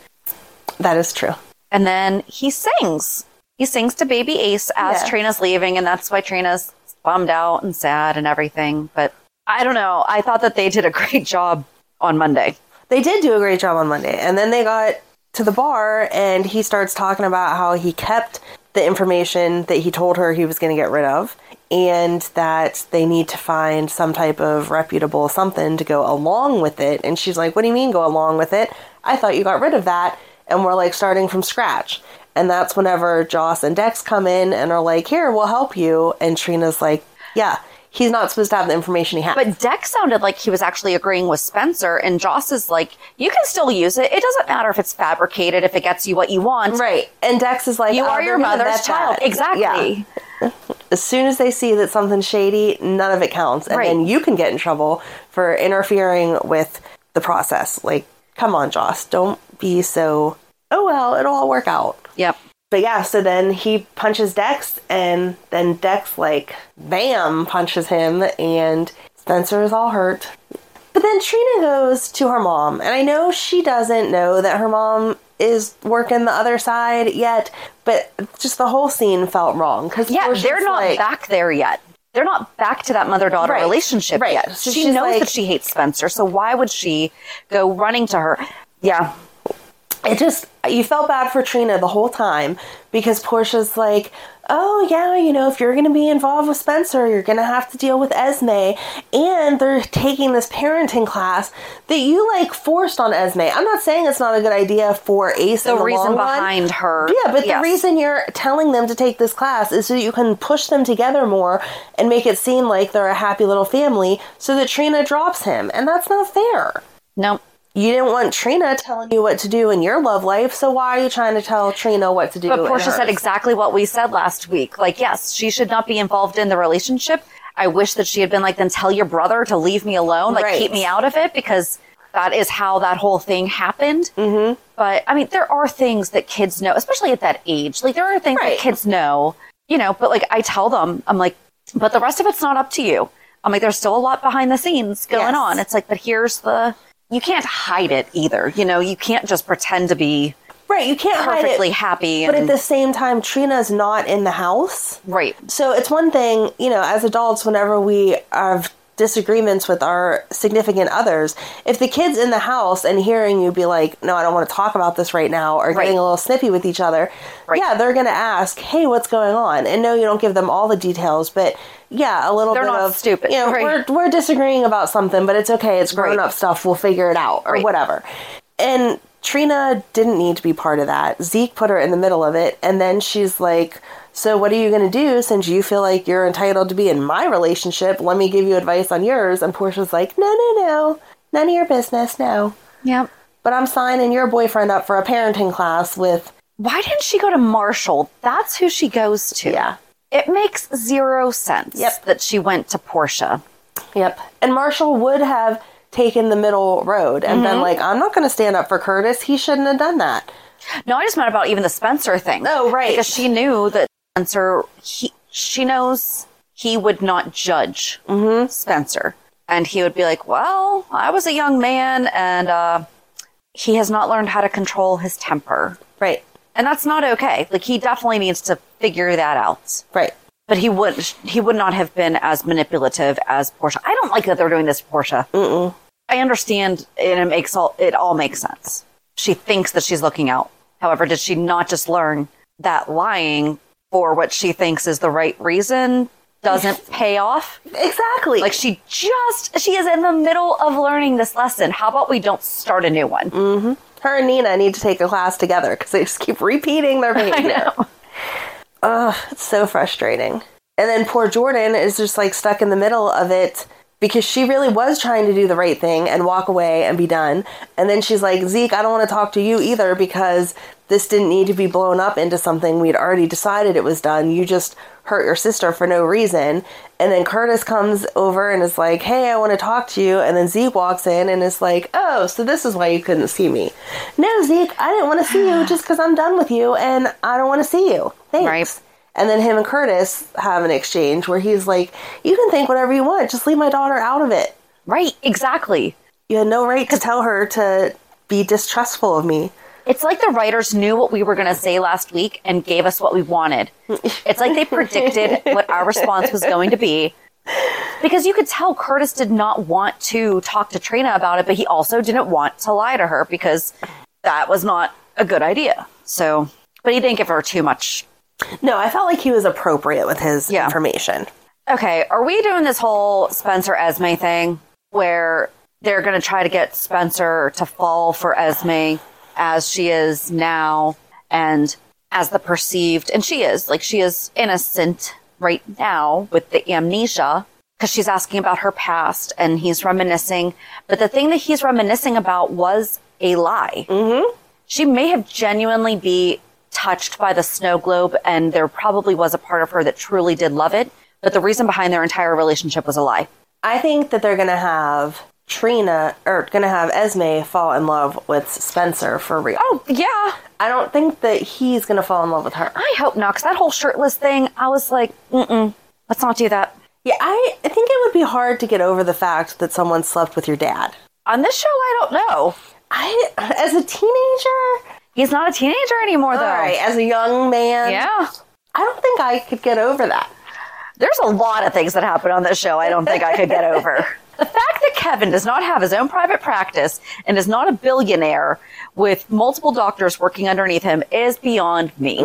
S2: That is true.
S1: And then he sings. He sings to Baby Ace as
S2: Yeah.
S1: Trina's leaving, and that's why Trina's bummed out and sad and everything. But I don't know. I thought that they did a (laughs) great job on Monday.
S2: They did do a great job on Monday. And then they got to the bar and he starts talking about how he kept the information that he told her he was going to get rid of and that they need to find some type of reputable something to go along with it. And she's like, What do you mean go along with it? I thought you got rid of that. And we're like starting from scratch. And that's whenever Joss and Dex come in and are like, Here, we'll help you. And Trina's like, Yeah, he's not supposed to have the information he has.
S1: But Deck sounded like he was actually agreeing with Spencer, and Joss is like, you can still use it. It doesn't matter if it's fabricated, if it gets you what you want.
S2: Right. And Dex is like,
S1: You
S2: "Oh,
S1: are your
S2: they're gonna
S1: mother's
S2: vet
S1: child.
S2: that."
S1: Exactly.
S2: Yeah. As soon as they see that something's shady, none of it counts. And
S1: Right.
S2: then you can get in trouble for interfering with the process. Like, come on, Joss. Don't be so, oh, well, it'll all work out.
S1: Yep.
S2: But yeah, so then he punches Dex, and then Dex, like, bam, punches him, and Spencer is all hurt. But then Trina goes to her mom, and I know she doesn't know that her mom is working the other side yet, but just the whole scene felt wrong. Cause
S1: Yeah,
S2: Portia's
S1: they're not
S2: like-
S1: back there yet. They're not back to that mother daughter
S2: Right,
S1: relationship
S2: right.
S1: yet.
S2: So
S1: she
S2: she's
S1: knows
S2: like-
S1: that she hates Spencer, so why would she go running to her? Yeah.
S2: it just you felt bad for Trina the whole time because Portia's like, "Oh yeah, you know, if you're going to be involved with Spencer, you're going to have to deal with Esme, and they're taking this parenting class that you like forced on Esme." I'm not saying it's not a good idea for Ace
S1: the,
S2: in the
S1: reason
S2: long run.
S1: behind her.
S2: Yeah, but
S1: Yes.
S2: the reason you're telling them to take this class is so that you can push them together more and make it seem like they're a happy little family so that Trina drops him, and that's not fair
S1: no,
S2: you didn't want Trina telling you what to do in your love life, so why are you trying to tell Trina what to do?
S1: but
S2: in
S1: Portia
S2: hers?
S1: said exactly what we said last week. Like, yes, she should not be involved in the relationship. I wish that she had been like, then tell your brother to leave me alone, like
S2: Right.
S1: keep me out of it, because that is how that whole thing happened. Mm-hmm. But I mean, there are things that kids know, especially at that age. Like, there are things
S2: Right.
S1: that kids know, you know. But like, I tell them, I'm like, but the rest of it's not up to you. I'm like, there's still a lot behind the scenes going
S2: Yes.
S1: on. It's like, but here's the. You can't hide it either. You know, you can't just pretend to be
S2: Right, you can't hide it,
S1: perfectly happy.
S2: But at
S1: and-
S2: the same time, Trina's not in the house.
S1: Right.
S2: So it's one thing, you know, as adults, whenever we have disagreements with our significant others, if the kid's in the house and hearing you be like, no, I don't want to talk about this right now, or getting a little snippy with each other,
S1: Right.
S2: yeah, they're going to ask, hey, what's going on? And no, you don't give them all the details, but yeah, a little
S1: They're
S2: bit
S1: not
S2: of,
S1: stupid,
S2: you know,
S1: right.
S2: we're, we're disagreeing about something, but it's okay. It's grown
S1: Right.
S2: up stuff. We'll figure it out or
S1: Right.
S2: whatever. And Trina didn't need to be part of that. Zeke put her in the middle of it. And then she's like, So, what are you going to do since you feel like you're entitled to be in my relationship? Let me give you advice on yours. And Portia's like, No, no, no. None of your business. No.
S1: Yep.
S2: but I'm signing your boyfriend up for a parenting class with.
S1: Why didn't she go to Marshall? That's who she goes to.
S2: Yeah.
S1: It makes zero sense
S2: Yep.
S1: that she went to Portia.
S2: Yep. And Marshall would have taken the middle road and
S1: Mm-hmm.
S2: been like, I'm not going to stand up for Curtis. He shouldn't have done that.
S1: No, I just meant about even the Spencer thing.
S2: Oh, right.
S1: Because she knew that Spencer, he, she knows he would not judge
S2: Mm-hmm.
S1: Spencer. And he would be like, well, I was a young man and uh, he has not learned how to control his temper.
S2: Right.
S1: And that's not okay. Like, he definitely needs to figure that out.
S2: Right.
S1: But he would he would not have been as manipulative as Portia. I don't like that they're doing this to Portia. Mm-mm. I understand, and it makes all it all makes sense. She thinks that she's looking out. However, did she not just learn that lying for what she thinks is the right reason doesn't pay off?
S2: Exactly.
S1: Like she just she is in the middle of learning this lesson. How about we don't start a new one?
S2: her and Nina need to take a class together because they just keep repeating their behavior. Ugh, it's so frustrating. And then poor Jordan is just like stuck in the middle of it because she really was trying to do the right thing and walk away and be done. And then she's like, Zeke, I don't want to talk to you either because this didn't need to be blown up into something we'd already decided it was done. You just hurt your sister for no reason. And then Curtis comes over and is like, Hey, I want to talk to you. And then Zeke walks in and is like, Oh, so this is why you couldn't see me. No, Zeke, I didn't want to see you just because I'm done with you and I don't want to see you. Thanks.
S1: Right.
S2: And then him and Curtis have an exchange where he's like, You can think whatever you want, just leave my daughter out of it.
S1: Right, exactly.
S2: You had no right to tell her to be distrustful of me.
S1: It's like the writers knew what we were going to say last week and gave us what we wanted. It's like they predicted what our response was going to be. Because you could tell Curtis did not want to talk to Trina about it, but he also didn't want to lie to her because that was not a good idea. So, but he didn't give her too much.
S2: No, I felt like he was appropriate with his
S1: Yeah.
S2: information.
S1: Okay, are we doing this whole Spencer Esme thing where they're going to try to get Spencer to fall for Esme as she is now and as the perceived, and she is like she is innocent right now with the amnesia because she's asking about her past and he's reminiscing. But the thing that he's reminiscing about was a lie. Mm-hmm. She may have genuinely be touched by the snow globe, and there probably was a part of her that truly did love it. But the reason behind their entire relationship was a lie.
S2: I think that they're going to have Trina, or going to have Esme fall in love with Spencer for real.
S1: Oh, yeah.
S2: I don't think that he's going to fall in love with her.
S1: I hope not, because that whole shirtless thing, I was like, mm-mm, let's not do that.
S2: Yeah, I, I think it would be hard to get over the fact that someone slept with your dad.
S1: On this show, I don't know.
S2: I, as a teenager,
S1: He's not a teenager anymore, though.
S2: All right, as a young man,
S1: Yeah.
S2: I don't think I could get over that.
S1: There's a lot of things that happen on this show I don't think I could get (laughs) over. The fact that Kevin does not have his own private practice and is not a billionaire with multiple doctors working underneath him is beyond me.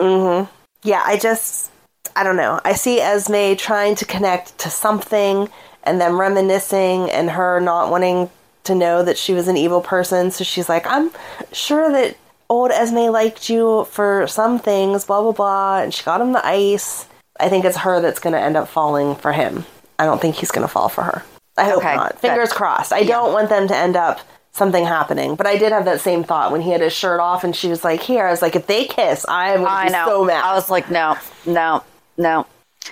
S2: Yeah, I just, I don't know. I see Esme trying to connect to something and them reminiscing and her not wanting to know that she was an evil person. So she's like, I'm sure that old Esme liked you for some things, blah, blah, blah. And she got him the ice. I think it's her that's going to end up falling for him. I don't think he's going to fall for her. I hope
S1: Okay,
S2: not. Fingers
S1: good.
S2: crossed. I don't want them to end up something happening. But I did have that same thought when he had his shirt off and she was like, Here. I was like, If they kiss, I am
S1: I
S2: going to
S1: know.
S2: be so mad.
S1: I was like, no, no, no.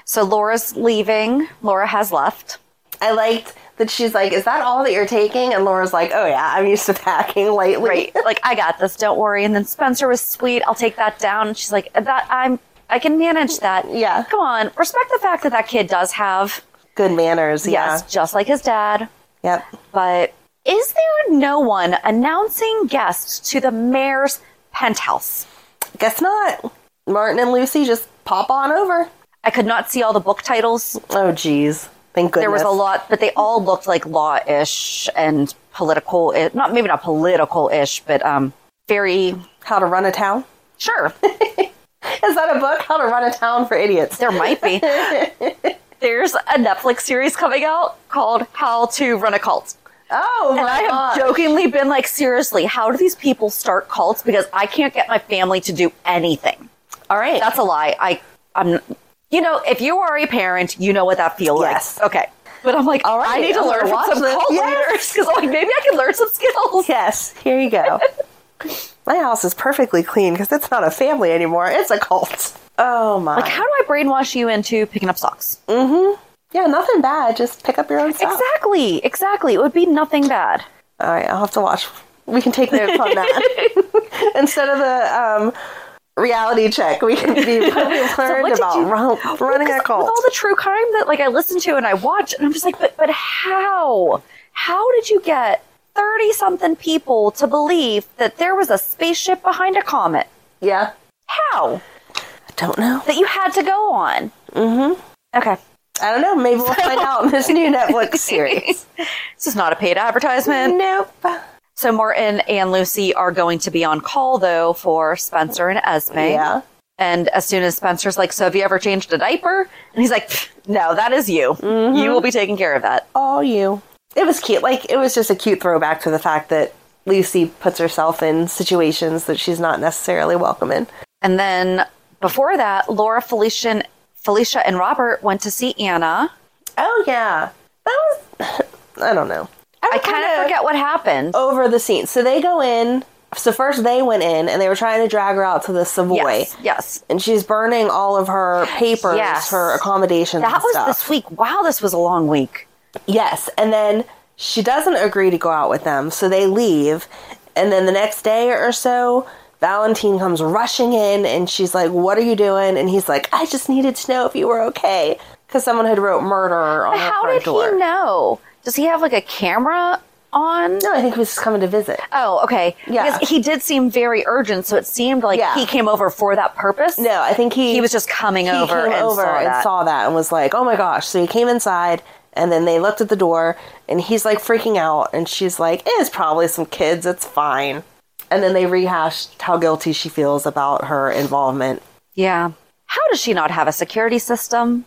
S1: So Laura's leaving. Laura has left.
S2: I liked that she's like, "Is that all that you're taking?" And Laura's like, "Oh yeah, I'm used to packing lightly."
S1: Right. like, I got this. Don't worry. And then Spencer was sweet. I'll take that down. And she's like, that I'm, I can manage that.
S2: Yeah.
S1: Come on. Respect the fact that that kid does have,
S2: (laughs) Good manners.
S1: yes, just like his dad.
S2: Yeah. Yep.
S1: But is there no one announcing guests to the mayor's penthouse?
S2: Guess not. Martin and Lucy just pop on over.
S1: I could not see all the book titles.
S2: Oh geez. Thank goodness.
S1: There was a lot, but they all looked like law-ish and political. eh, Not maybe not political-ish, but um, very
S2: How to run a town?
S1: sure.
S2: Is that a book? How to run a town for idiots?
S1: There might
S2: (laughs)
S1: be. There's a Netflix series coming out called How to Run a Cult.
S2: Oh my
S1: And I have
S2: gosh.
S1: jokingly been like, seriously, how do these people start cults? Because I can't get my family to do anything.
S2: All right.
S1: That's a lie. I, I'm, you know, if you are a parent, you know what that feels
S2: Yes.
S1: like. Okay. But I'm like,
S2: All right,
S1: I need to
S2: I'm
S1: learn
S2: gonna
S1: from
S2: watch
S1: some (laughs)
S2: this.
S1: cult
S2: Yes.
S1: leaders because I'm like, maybe I can learn some skills. (laughs)
S2: yes. Here you go. My house is perfectly clean because it's not a family anymore. It's a cult. Oh my.
S1: Like, how do I brainwash you into picking up socks?
S2: Mm-hmm. Yeah, nothing bad. Just pick up your own stuff.
S1: Exactly, exactly. It would be nothing bad.
S2: All right, I'll have to watch. We can take notes on that (laughs) instead of the um, reality check. We can be we learned
S1: did
S2: about
S1: you-
S2: run, running
S1: Because
S2: a cult.
S1: With all the true crime that like I listen to and I watch, and I'm just like, but but how? How did you get thirty something people to believe that there was a spaceship behind a comet?
S2: yeah,
S1: How
S2: I don't know.
S1: that you had to go on?
S2: Mm-hmm.
S1: Okay,
S2: I don't know. Maybe we'll find out in this new
S1: (laughs)
S2: Netflix (laughs) series.
S1: this is not a paid advertisement.
S2: nope.
S1: So Martin and Lucy are going to be on call though for Spencer and Esme.
S2: Yeah.
S1: And as soon as Spencer's like, so have you ever changed a diaper? And he's like, "Pfft, no, that is you.
S2: Mm-hmm.
S1: You will be taking care of that.
S2: all you. It was cute. Like it was just a cute throwback to the fact that Lucy puts herself in situations that she's not necessarily welcome in.
S1: And then before that, Laura, Felicia, Felicia, and Robert went to see Anna.
S2: Oh yeah, that was. (laughs) I don't know.
S1: I kind of forget what happened.
S2: over the scene. So they go in. So first they went in and they were trying to drag her out to the Savoy.
S1: yes, yes.
S2: And she's burning all of her papers,
S1: Yes.
S2: her accommodations.
S1: That
S2: and
S1: was
S2: stuff.
S1: this week. Wow, this was a long week.
S2: Yes, and then she doesn't agree to go out with them, so they leave. And then the next day or so, Valentine comes rushing in and she's like, "What are you doing?" And he's like, "I just needed to know if you were okay because someone had wrote murder on her
S1: How
S2: front
S1: did
S2: door."
S1: he know? Does he have like a camera on?
S2: No, I think he was just coming to visit.
S1: Oh, okay.
S2: Yeah.
S1: Because he did seem very urgent, so it seemed like
S2: Yeah.
S1: he came over for that purpose.
S2: No, I think he
S1: He was just coming
S2: he
S1: over
S2: came
S1: and
S2: over
S1: saw
S2: and
S1: that.
S2: saw that and was like, "Oh my gosh!" So he came inside. And then they looked at the door, and he's like freaking out, and she's like, "It's probably some kids. It's fine." And then they rehashed how guilty she feels about her involvement.
S1: Yeah. How does she not have a security system?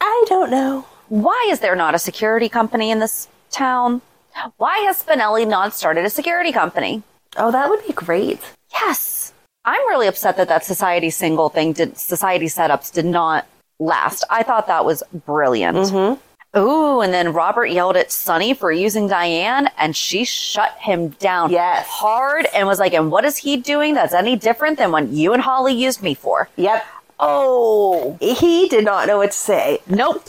S2: I don't know.
S1: Why is there not a security company in this town? Why has Spinelli not started a security company?
S2: Oh, that would be great.
S1: Yes. I'm really upset that that society single thing did society setups did not last. I thought that was brilliant. Ooh, and then Robert yelled at Sonny for using Diane and she shut him down
S2: Yes.
S1: hard and was like, and what is he doing that's any different than what you and Holly used me for?
S2: Yep.
S1: Oh,
S2: He did not know what to say.
S1: nope.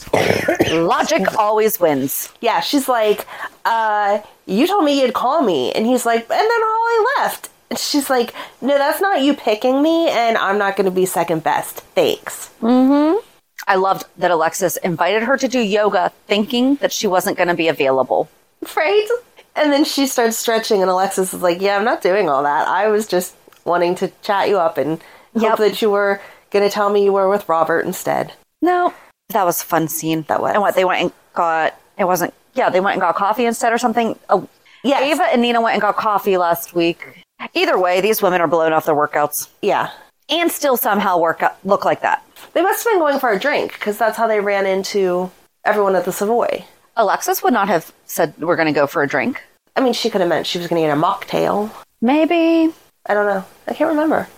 S1: Logic always wins.
S2: Yeah, she's like, uh, you told me you'd call me. And he's like, and then Holly left. And she's like, no, that's not you picking me, and I'm not going to be second best. Thanks. (laughs)
S1: I loved that Alexis invited her to do yoga thinking that she wasn't going to be available.
S2: Right? And then she starts stretching, and Alexis is like, yeah, I'm not doing all that. I was just wanting to chat you up and
S1: Yep.
S2: hope that you were going to tell me you were with Robert instead.
S1: No, that was a fun scene.
S2: That was.
S1: And what they went and got, it wasn't, yeah, they went and got coffee instead or something. Oh,
S2: Yes.
S1: Ava and Nina went and got coffee last week. Either way, these women are blown off their workouts
S2: Yeah.
S1: and still somehow work look like that.
S2: They must have been going for a drink because that's how they ran into everyone at the Savoy.
S1: Alexis would not have said, We're going to go for a drink.
S2: I mean, she could have meant she was going to get a mocktail.
S1: Maybe.
S2: I don't know. I can't remember.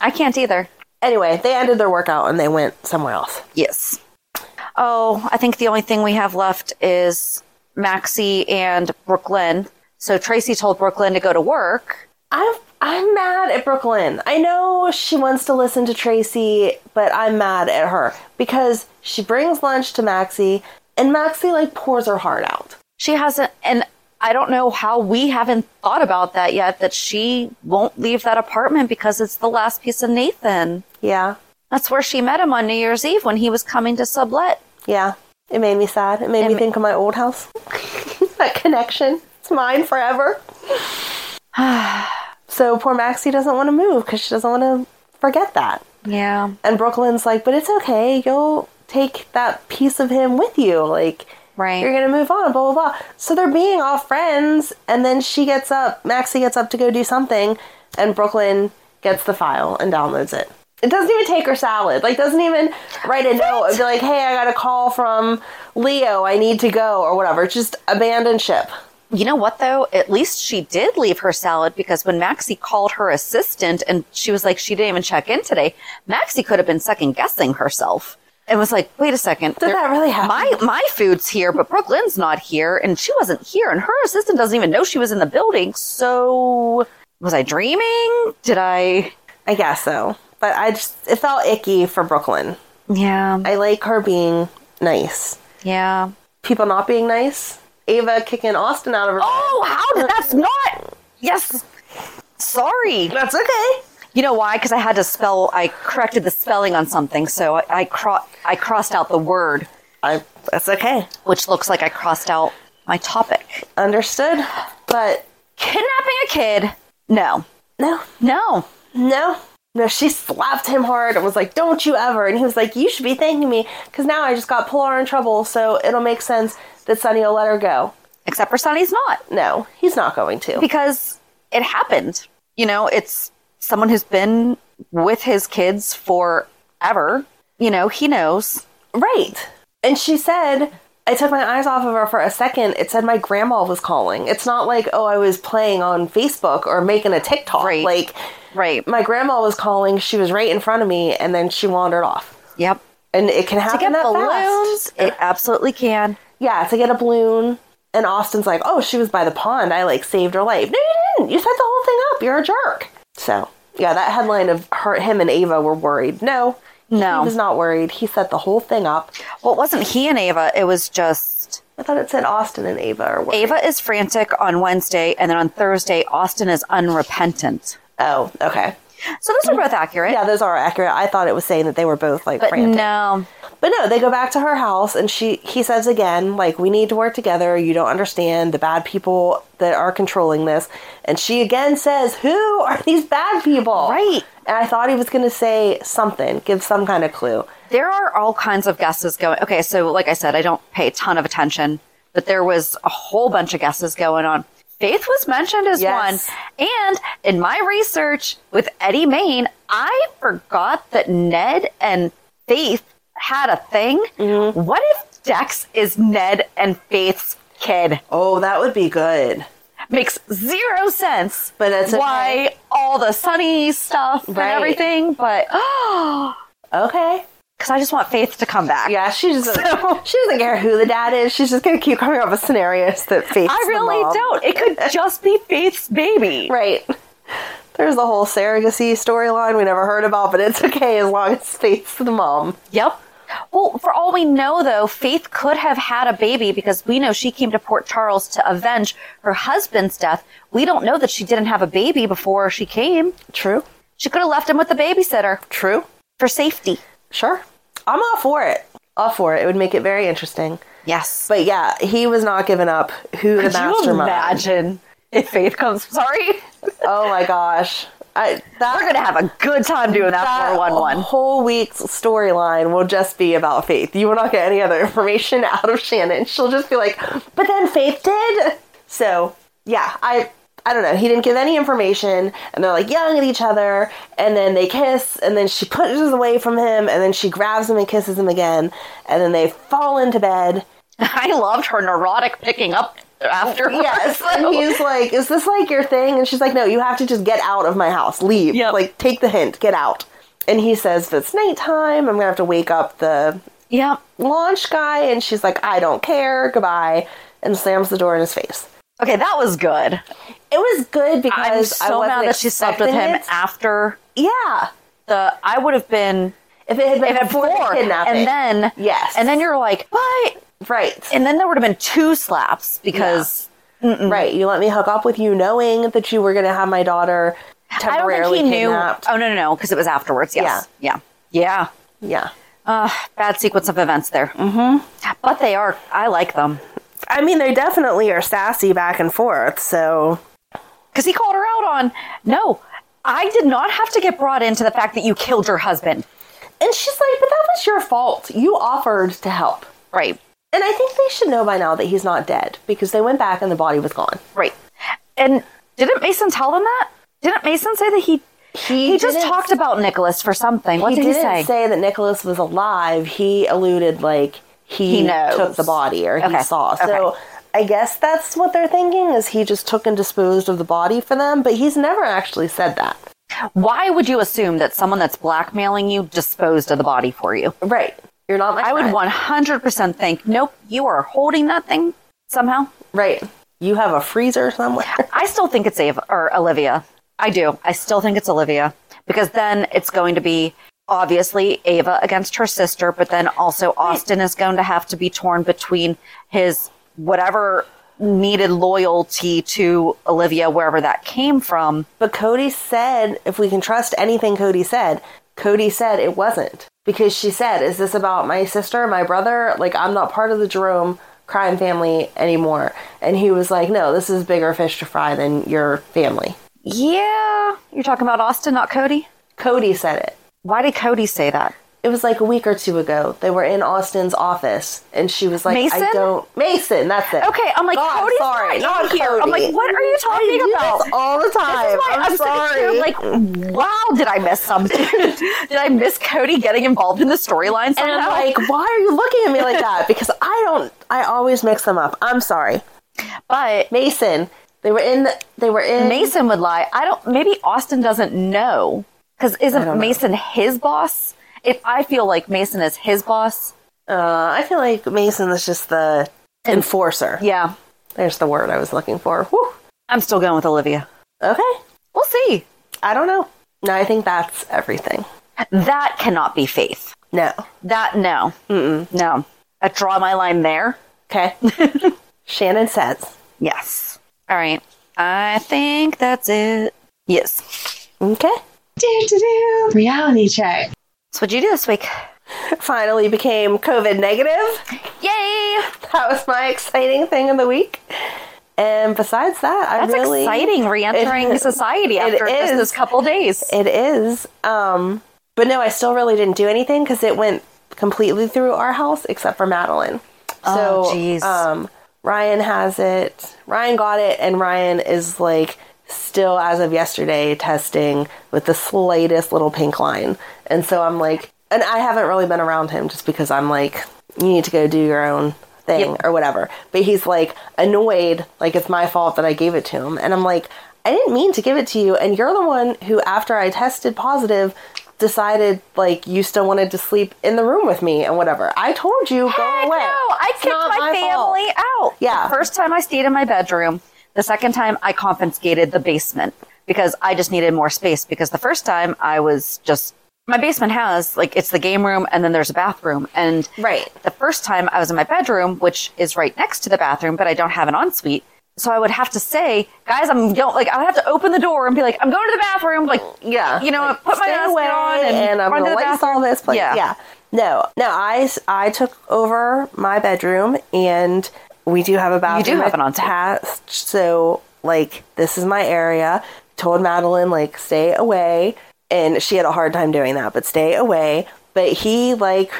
S1: I can't either.
S2: Anyway, they ended their workout and they went somewhere else.
S1: Yes. Oh, I think the only thing we have left is Maxie and Brooklyn. So Tracy told Brooklyn to go to work.
S2: I'm I'm mad at Brooklyn. I know she wants to listen to Tracy, but I'm mad at her because she brings lunch to Maxie and Maxie like pours her heart out.
S1: She hasn't, and I don't know how we haven't thought about that yet, that she won't leave that apartment because it's the last piece of Nathan.
S2: Yeah.
S1: That's where she met him on New Year's Eve when he was coming to sublet.
S2: Yeah. It made me sad. It made me think of my old (laughs) house. that connection. It's mine forever. (sighs) so poor Maxie doesn't want to move because she doesn't want to forget that.
S1: Yeah.
S2: And Brooklyn's like, but it's okay. You'll take that piece of him with you. Like,
S1: Right.
S2: you're going to move on, blah, blah, blah. So they're being all friends. And then she gets up, Maxie gets up to go do something. And Brooklyn gets the file and downloads it. It doesn't even take her salad. Like, doesn't even write a note and be like, hey, I got a call from Leo. I need to go or whatever. Just abandon ship.
S1: You know what, though? At least she did leave her salad because when Maxie called her assistant and she was like, she didn't even check in today, Maxie could have been second guessing herself and was like, wait a second.
S2: Did that really happen?
S1: My, my food's here, but Brooklyn's not here and she wasn't here and her assistant doesn't even know she was in the building. So was I dreaming? Did I?
S2: I guess so. But I just it felt icky for Brooklyn.
S1: Yeah.
S2: I like her being nice.
S1: yeah.
S2: People not being nice. Ava kicking Austin out of her.
S1: Oh, how did that's not? Yes. Sorry.
S2: That's okay.
S1: You know why? Because I had to spell. I corrected the spelling on something, so I I, cro- I crossed out the word,
S2: I that's okay.
S1: which looks like I crossed out my topic.
S2: Understood. But
S1: Kidnapping a kid? No.
S2: no,
S1: No.
S2: no, no. She slapped him hard and was like, "Don't you ever!" And he was like, "You should be thanking me because now I just got Pilar in trouble, so it'll make sense that Sunny will let her go."
S1: Except for Sonny's not.
S2: No, he's not going to.
S1: because it happened. You know, it's someone who's been with his kids forever. You know, he knows.
S2: Right. And she said, I took my eyes off of her for a second. It said my grandma was calling. It's not like, oh, I was playing on Facebook or making a TikTok.
S1: Right.
S2: Like,
S1: Right.
S2: my grandma was calling. She was right in front of me, and then she wandered off.
S1: Yep.
S2: And it can happen
S1: To get
S2: that
S1: balloons,
S2: fast.
S1: it absolutely can.
S2: Yeah, to get a balloon. And Austin's like, oh, she was by the pond. I like saved her life. No, you didn't. You set the whole thing up. You're a jerk. So, yeah, that headline of her, him and Ava were worried. No, he was
S1: No.
S2: not worried. He set the whole thing up.
S1: Well, it wasn't he and Ava. It was just
S2: I thought it said Austin and Ava or what?
S1: Ava is frantic on Wednesday, and then on Thursday, Austin is unrepentant.
S2: Oh, okay.
S1: So those are both accurate.
S2: Yeah, those are accurate. I thought it was saying that they were both like
S1: but
S2: frantic.
S1: no.
S2: But no, they go back to her house and she he says again, like, we need to work together. You don't understand the bad people that are controlling this. And she again says, Who are these bad people?
S1: Right.
S2: And I thought he was gonna say something, give some kind of clue.
S1: There are all kinds of guesses going. Okay, so like I said, I don't pay a ton of attention, but there was a whole bunch of guesses going on. Faith was mentioned as
S2: Yes.
S1: one. And in my research with Eddie Main, I forgot that Ned and Faith had a thing.
S2: Mm-hmm.
S1: What if Dex is Ned and Faith's kid?
S2: Oh, that would be good.
S1: Makes zero sense.
S2: But that's okay.
S1: why all the sunny stuff
S2: Right.
S1: and everything, but (gasps)
S2: Okay.
S1: because I just want Faith to come back.
S2: Yeah, she just she doesn't care who the dad is. She's just gonna keep coming up with scenarios that face.
S1: I
S2: the
S1: really
S2: mom.
S1: don't. It
S2: (laughs)
S1: could just be Faith's baby.
S2: Right. There's the whole surrogacy storyline we never heard about, but it's (laughs) okay as long as Faith's the mom.
S1: Yep. Well, for all we know, though, Faith could have had a baby because we know she came to Port Charles to avenge her husband's death. We don't know that she didn't have a baby before she came.
S2: True.
S1: She could have left him with a babysitter
S2: True.
S1: for safety.
S2: Sure. I'm all for it. All for it. It would make it very interesting.
S1: Yes.
S2: But yeah, he was not giving up who the
S1: could you
S2: mastermind.
S1: imagine if Faith comes? Sorry,
S2: (laughs) Oh my gosh. I, that,
S1: we're gonna have a good time doing that
S2: that
S1: four one one.
S2: whole week's storyline will just be about Faith. You will not get any other (laughs) information out of Shannon. She'll just be like, "But then Faith did." So yeah, I I don't know. He didn't give any information, and they're like yelling at each other, and then they kiss, and then she pushes away from him, and then she grabs him and kisses him again, and then they fall into bed.
S1: I loved her neurotic picking up after. (laughs)
S2: (laughs) Yes, and he's like, "Is this like your thing?" And she's like, "No, you have to just get out of my house. Leave.
S1: Yep.
S2: Like, take the hint. Get out." And he says, "If it's nighttime, I'm gonna have to wake up the
S1: Yep.
S2: launch guy." And she's like, "I don't care. Goodbye." And slams the door in his face.
S1: Okay, that was good.
S2: It was good
S1: I'm
S2: because I
S1: so
S2: wasn't
S1: mad that she slept with him
S2: expecting it.
S1: after
S2: yeah,
S1: the. I would have been
S2: if it had been
S1: if at
S2: before
S1: four,
S2: the kidnapping,
S1: and then
S2: Yes.
S1: and then you're like, but
S2: right,
S1: and then there would have been two slaps because
S2: right, you let me hook up with you, knowing that you were gonna have my daughter
S1: I don't
S2: temporarily
S1: think he knew.
S2: kidnapped.
S1: Oh no, no, no, because it was afterwards. Yes, yeah, yeah,
S2: Yeah.
S1: Uh, bad sequence of events there. Mm-hmm. But they are. I like them
S2: I mean, they definitely are sassy back and forth, so
S1: because he called her out on no. I did not have to get brought into the fact that you killed your husband.
S2: And she's like, but that was your fault. You offered to help.
S1: Right.
S2: And I think they should know by now that he's not dead because they went back and the body was gone.
S1: Right. And didn't Mason tell them that? Didn't Mason say that he he, just
S2: didn't-
S1: talked about Nicholas for something? What
S2: he
S1: did he
S2: didn't
S1: say?
S2: that Nicholas was alive. He alluded like he,
S1: He knows.
S2: took the body or
S1: Okay.
S2: he saw. So
S1: Okay.
S2: I guess that's what they're thinking is he just took and disposed of the body for them, but he's never actually said that.
S1: Why would you assume that someone that's blackmailing you disposed of the body for you?
S2: Right. You're not my
S1: I would
S2: friend.
S1: 100% think, nope, you are holding that thing somehow.
S2: Right. You have a freezer somewhere.
S1: I still think it's Ava or Olivia. I do. I still think it's Olivia because then it's going to be obviously Ava against her sister, but then also Austin is going to have to be torn between his whatever needed loyalty to Olivia, wherever that came from.
S2: But Cody said, if we can trust anything Cody said, Cody said it wasn't. Because she said, Is this about my sister, my brother? Like, I'm not part of the Jerome crime family anymore. And he was like, No, this is bigger fish to fry than your family.
S1: Yeah. You're talking about Austin, not Cody?
S2: Cody said it.
S1: Why did Cody say that?
S2: It was like a week or two ago. They were in Austin's office, and she was like,
S1: Mason?
S2: I don't. Mason, that's it.
S1: Okay, I'm like,
S2: God,
S1: Cody's
S2: sorry,
S1: not,
S2: not
S1: in here. I'm like,
S2: Cody.
S1: what are you
S2: I
S1: talking
S2: do
S1: about?
S2: this all the time.
S1: This is why
S2: I'm,
S1: I'm,
S2: sorry.
S1: sitting here like, wow, did I miss something? (laughs) did I miss Cody getting involved in the storyline
S2: And I'm
S1: somehow?
S2: like, why are you looking at me like that? Because I don't. I always mix them up. I'm sorry,
S1: but
S2: Mason. They were in. They were in.
S1: Mason would lie. I don't. Maybe Austin doesn't know because
S2: don't
S1: isn't
S2: know.
S1: Mason his boss? If I feel like Mason is his boss,
S2: Uh, I feel like Mason is just the enforcer.
S1: yeah,
S2: There's the word I was looking for. Whew.
S1: I'm still going with Olivia.
S2: Okay.
S1: We'll see.
S2: I don't know. No, I think that's everything.
S1: That cannot be faith.
S2: No.
S1: That no, Mm-mm. no. I draw my line there. (laughs)
S2: Okay. Shannon says.
S1: Yes. All right. I think that's it. Yes.
S2: Okay.
S5: Do-do-do. Reality check.
S1: So what'd you do this week?
S2: Finally became COVID negative.
S1: Yay!
S2: That was my exciting thing of the week. And besides that, I
S1: That's
S2: really
S1: exciting. Re-entering
S2: It-
S1: society
S2: (laughs) it
S1: after just
S2: is.
S1: this couple days.
S2: It is. Um, but no, I still really didn't do anything because it went completely through our house except for Madeline.
S1: Oh,
S2: so,
S1: jeez.
S2: Um, Ryan has it. Ryan got it, and Ryan is like still, as of yesterday, testing with the slightest little pink line. And so I'm like, and I haven't really been around him just because I'm like, you need to go do your own thing or whatever. But he's like annoyed, like it's my fault that I gave it to him. And I'm like, I didn't mean to give it to you. And you're the one who, after I tested positive, decided like you still wanted to sleep in the room with me and whatever. I told you go
S1: Heck
S2: away.
S1: No, I
S2: It's
S1: kicked
S2: not
S1: my,
S2: fault.
S1: family out.
S2: Yeah.
S1: The first time I stayed in my bedroom. The second time I confiscated the basement because I just needed more space because the first time I was just my basement has like it's the game room and then there's a bathroom and
S2: Right.
S1: the first time I was in my bedroom which is right next to the bathroom but I don't have an ensuite so I would have to say guys I'm going like I would have to open the door and be like I'm going to the bathroom like
S2: Yeah.
S1: you know
S2: Like,
S1: put my
S2: stay
S1: mask
S2: away
S1: on and,
S2: I'm
S1: run to
S2: gonna
S1: the
S2: lace
S1: bathroom
S2: all this place.
S1: Yeah.
S2: Yeah. No, no, I, s- I took over my bedroom and we do have a bathroom.
S1: have an ensuite.
S2: attached, So, like, this is my area. Told Madeline, like, stay away. And she had a hard time doing that, but stay away. But he, like,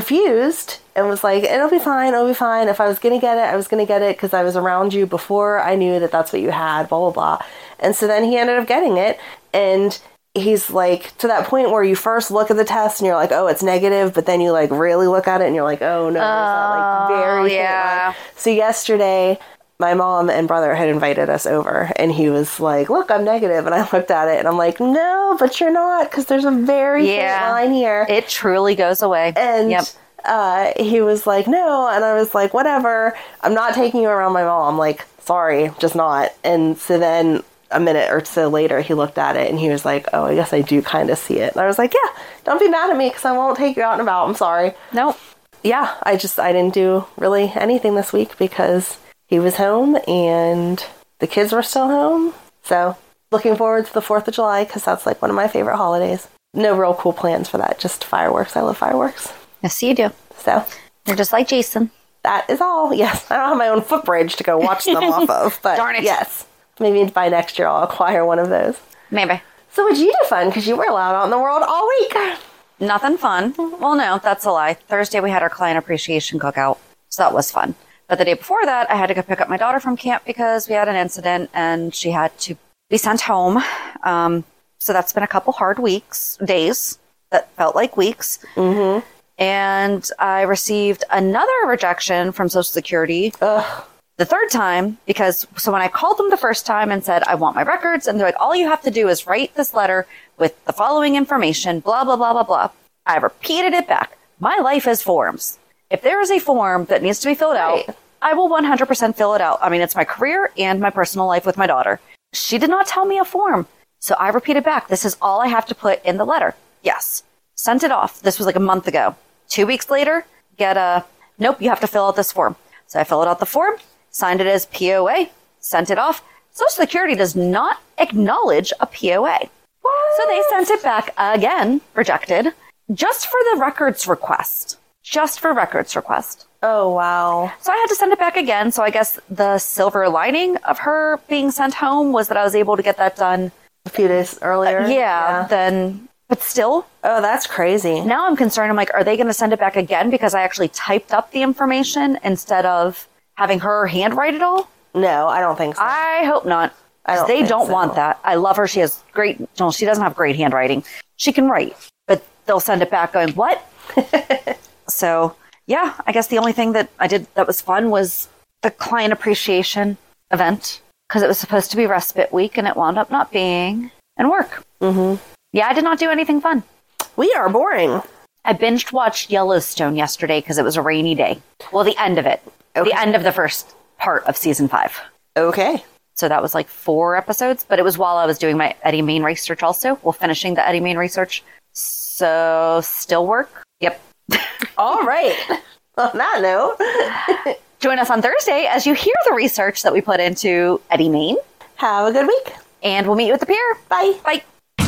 S2: refused and was like, it'll be fine, it'll be fine. If I was going to get it, I was going to get it because I was around you before I knew that that's what you had, blah, blah, blah. And so then he ended up getting it. And he's like, to that point where you first look at the test and you're like, oh, it's negative. But then you, like, really look at it and you're like, oh, no, it's not, like, very faint
S1: yeah.
S2: line. So yesterday, my mom and brother had invited us over, and he was like, "Look, I'm negative," and I looked at it, and I'm like, "No, but you're not, because there's a very faint
S1: Yeah.
S2: line here."
S1: it truly goes away
S2: and
S1: yep
S2: uh, he was like, "No," and I was like, "Whatever, I'm not taking you around my mom." Like, sorry, just not. And so then a minute or so later, he looked at it, and he was like, "Oh, I guess I do kind of see it." And I was like, "Yeah, don't be mad at me, because I won't take you out and about. I'm sorry."
S1: nope
S2: yeah, I just I didn't do really anything this week because he was home and the kids were still home. So looking forward to the Fourth of July because that's like one of my favorite holidays. No real cool plans for that, just fireworks. I love fireworks.
S1: yes you do
S2: So
S1: You're just like Jason.
S2: that is all. Yes, I don't have my own footbridge to go watch them off
S1: (laughs)
S2: of, but
S1: Darn it.
S2: yes, maybe by next year I'll acquire one of those.
S1: Maybe.
S2: So what'd you do fun? Because you were allowed out in the world all week.
S1: Nothing fun. Well, no, that's a lie. Thursday we had our client appreciation cookout, so that was fun. But the day before that, I had to go pick up my daughter from camp because we had an incident and she had to be sent home. Um, so that's been a couple hard weeks, days that felt like weeks. Mm-hmm. And I received another rejection from Social Security the third time because so when I called them the first time and said I want my records and they're like all you have to do is write this letter with the following information blah blah blah blah blah I repeated it back my life is forms if there is a form that needs to be filled out I will 100% fill it out I mean it's my career and my personal life with my daughter she did not tell me a form So I repeated back, this is all I have to put in the letter. Yes. Sent it off. This was like a month ago. Two weeks later, get a, nope, you have to fill out this form. So I filled out the form, signed it as POA, sent it off. Social Security does not acknowledge a POA. So they sent it back again, rejected, just for the records request. Just for records request.
S2: Oh, wow.
S1: So I had to send it back again. So I guess the silver lining of her being sent home was that I was able to get that done
S2: a few days earlier.
S1: Uh, yeah, then, but still.
S2: Oh, that's crazy.
S1: Now I'm concerned. I'm like, are they going to send it back again? Because I actually typed up the information instead of having her handwrite it all.
S2: No, I don't think so.
S1: I hope not.
S2: I don't
S1: they
S2: think
S1: don't
S2: so.
S1: want that. I love her. She has great, no, she doesn't have great handwriting. She can write, but they'll send it back going,
S2: (laughs)
S1: what? so, yeah, I guess the only thing that I did that was fun was the client appreciation event because it was supposed to be respite week and it wound up not being and work.
S2: Mm-hmm.
S1: Yeah, I did not do anything fun.
S2: We are boring.
S1: I binged watched Yellowstone yesterday because it was a rainy day. Well, the end of it, the end of the first part of season five.
S2: Okay.
S1: So that was like four episodes, but it was while I was doing my Eddie Main research also, well, finishing the Eddie Main research. So still work? Yep.
S2: All right. (laughs) On that note,
S1: Join us on Thursday as you hear the research that we put into Eddie Main,
S2: have a good week.
S1: and we'll meet you at the pier.
S2: Bye.
S1: Bye.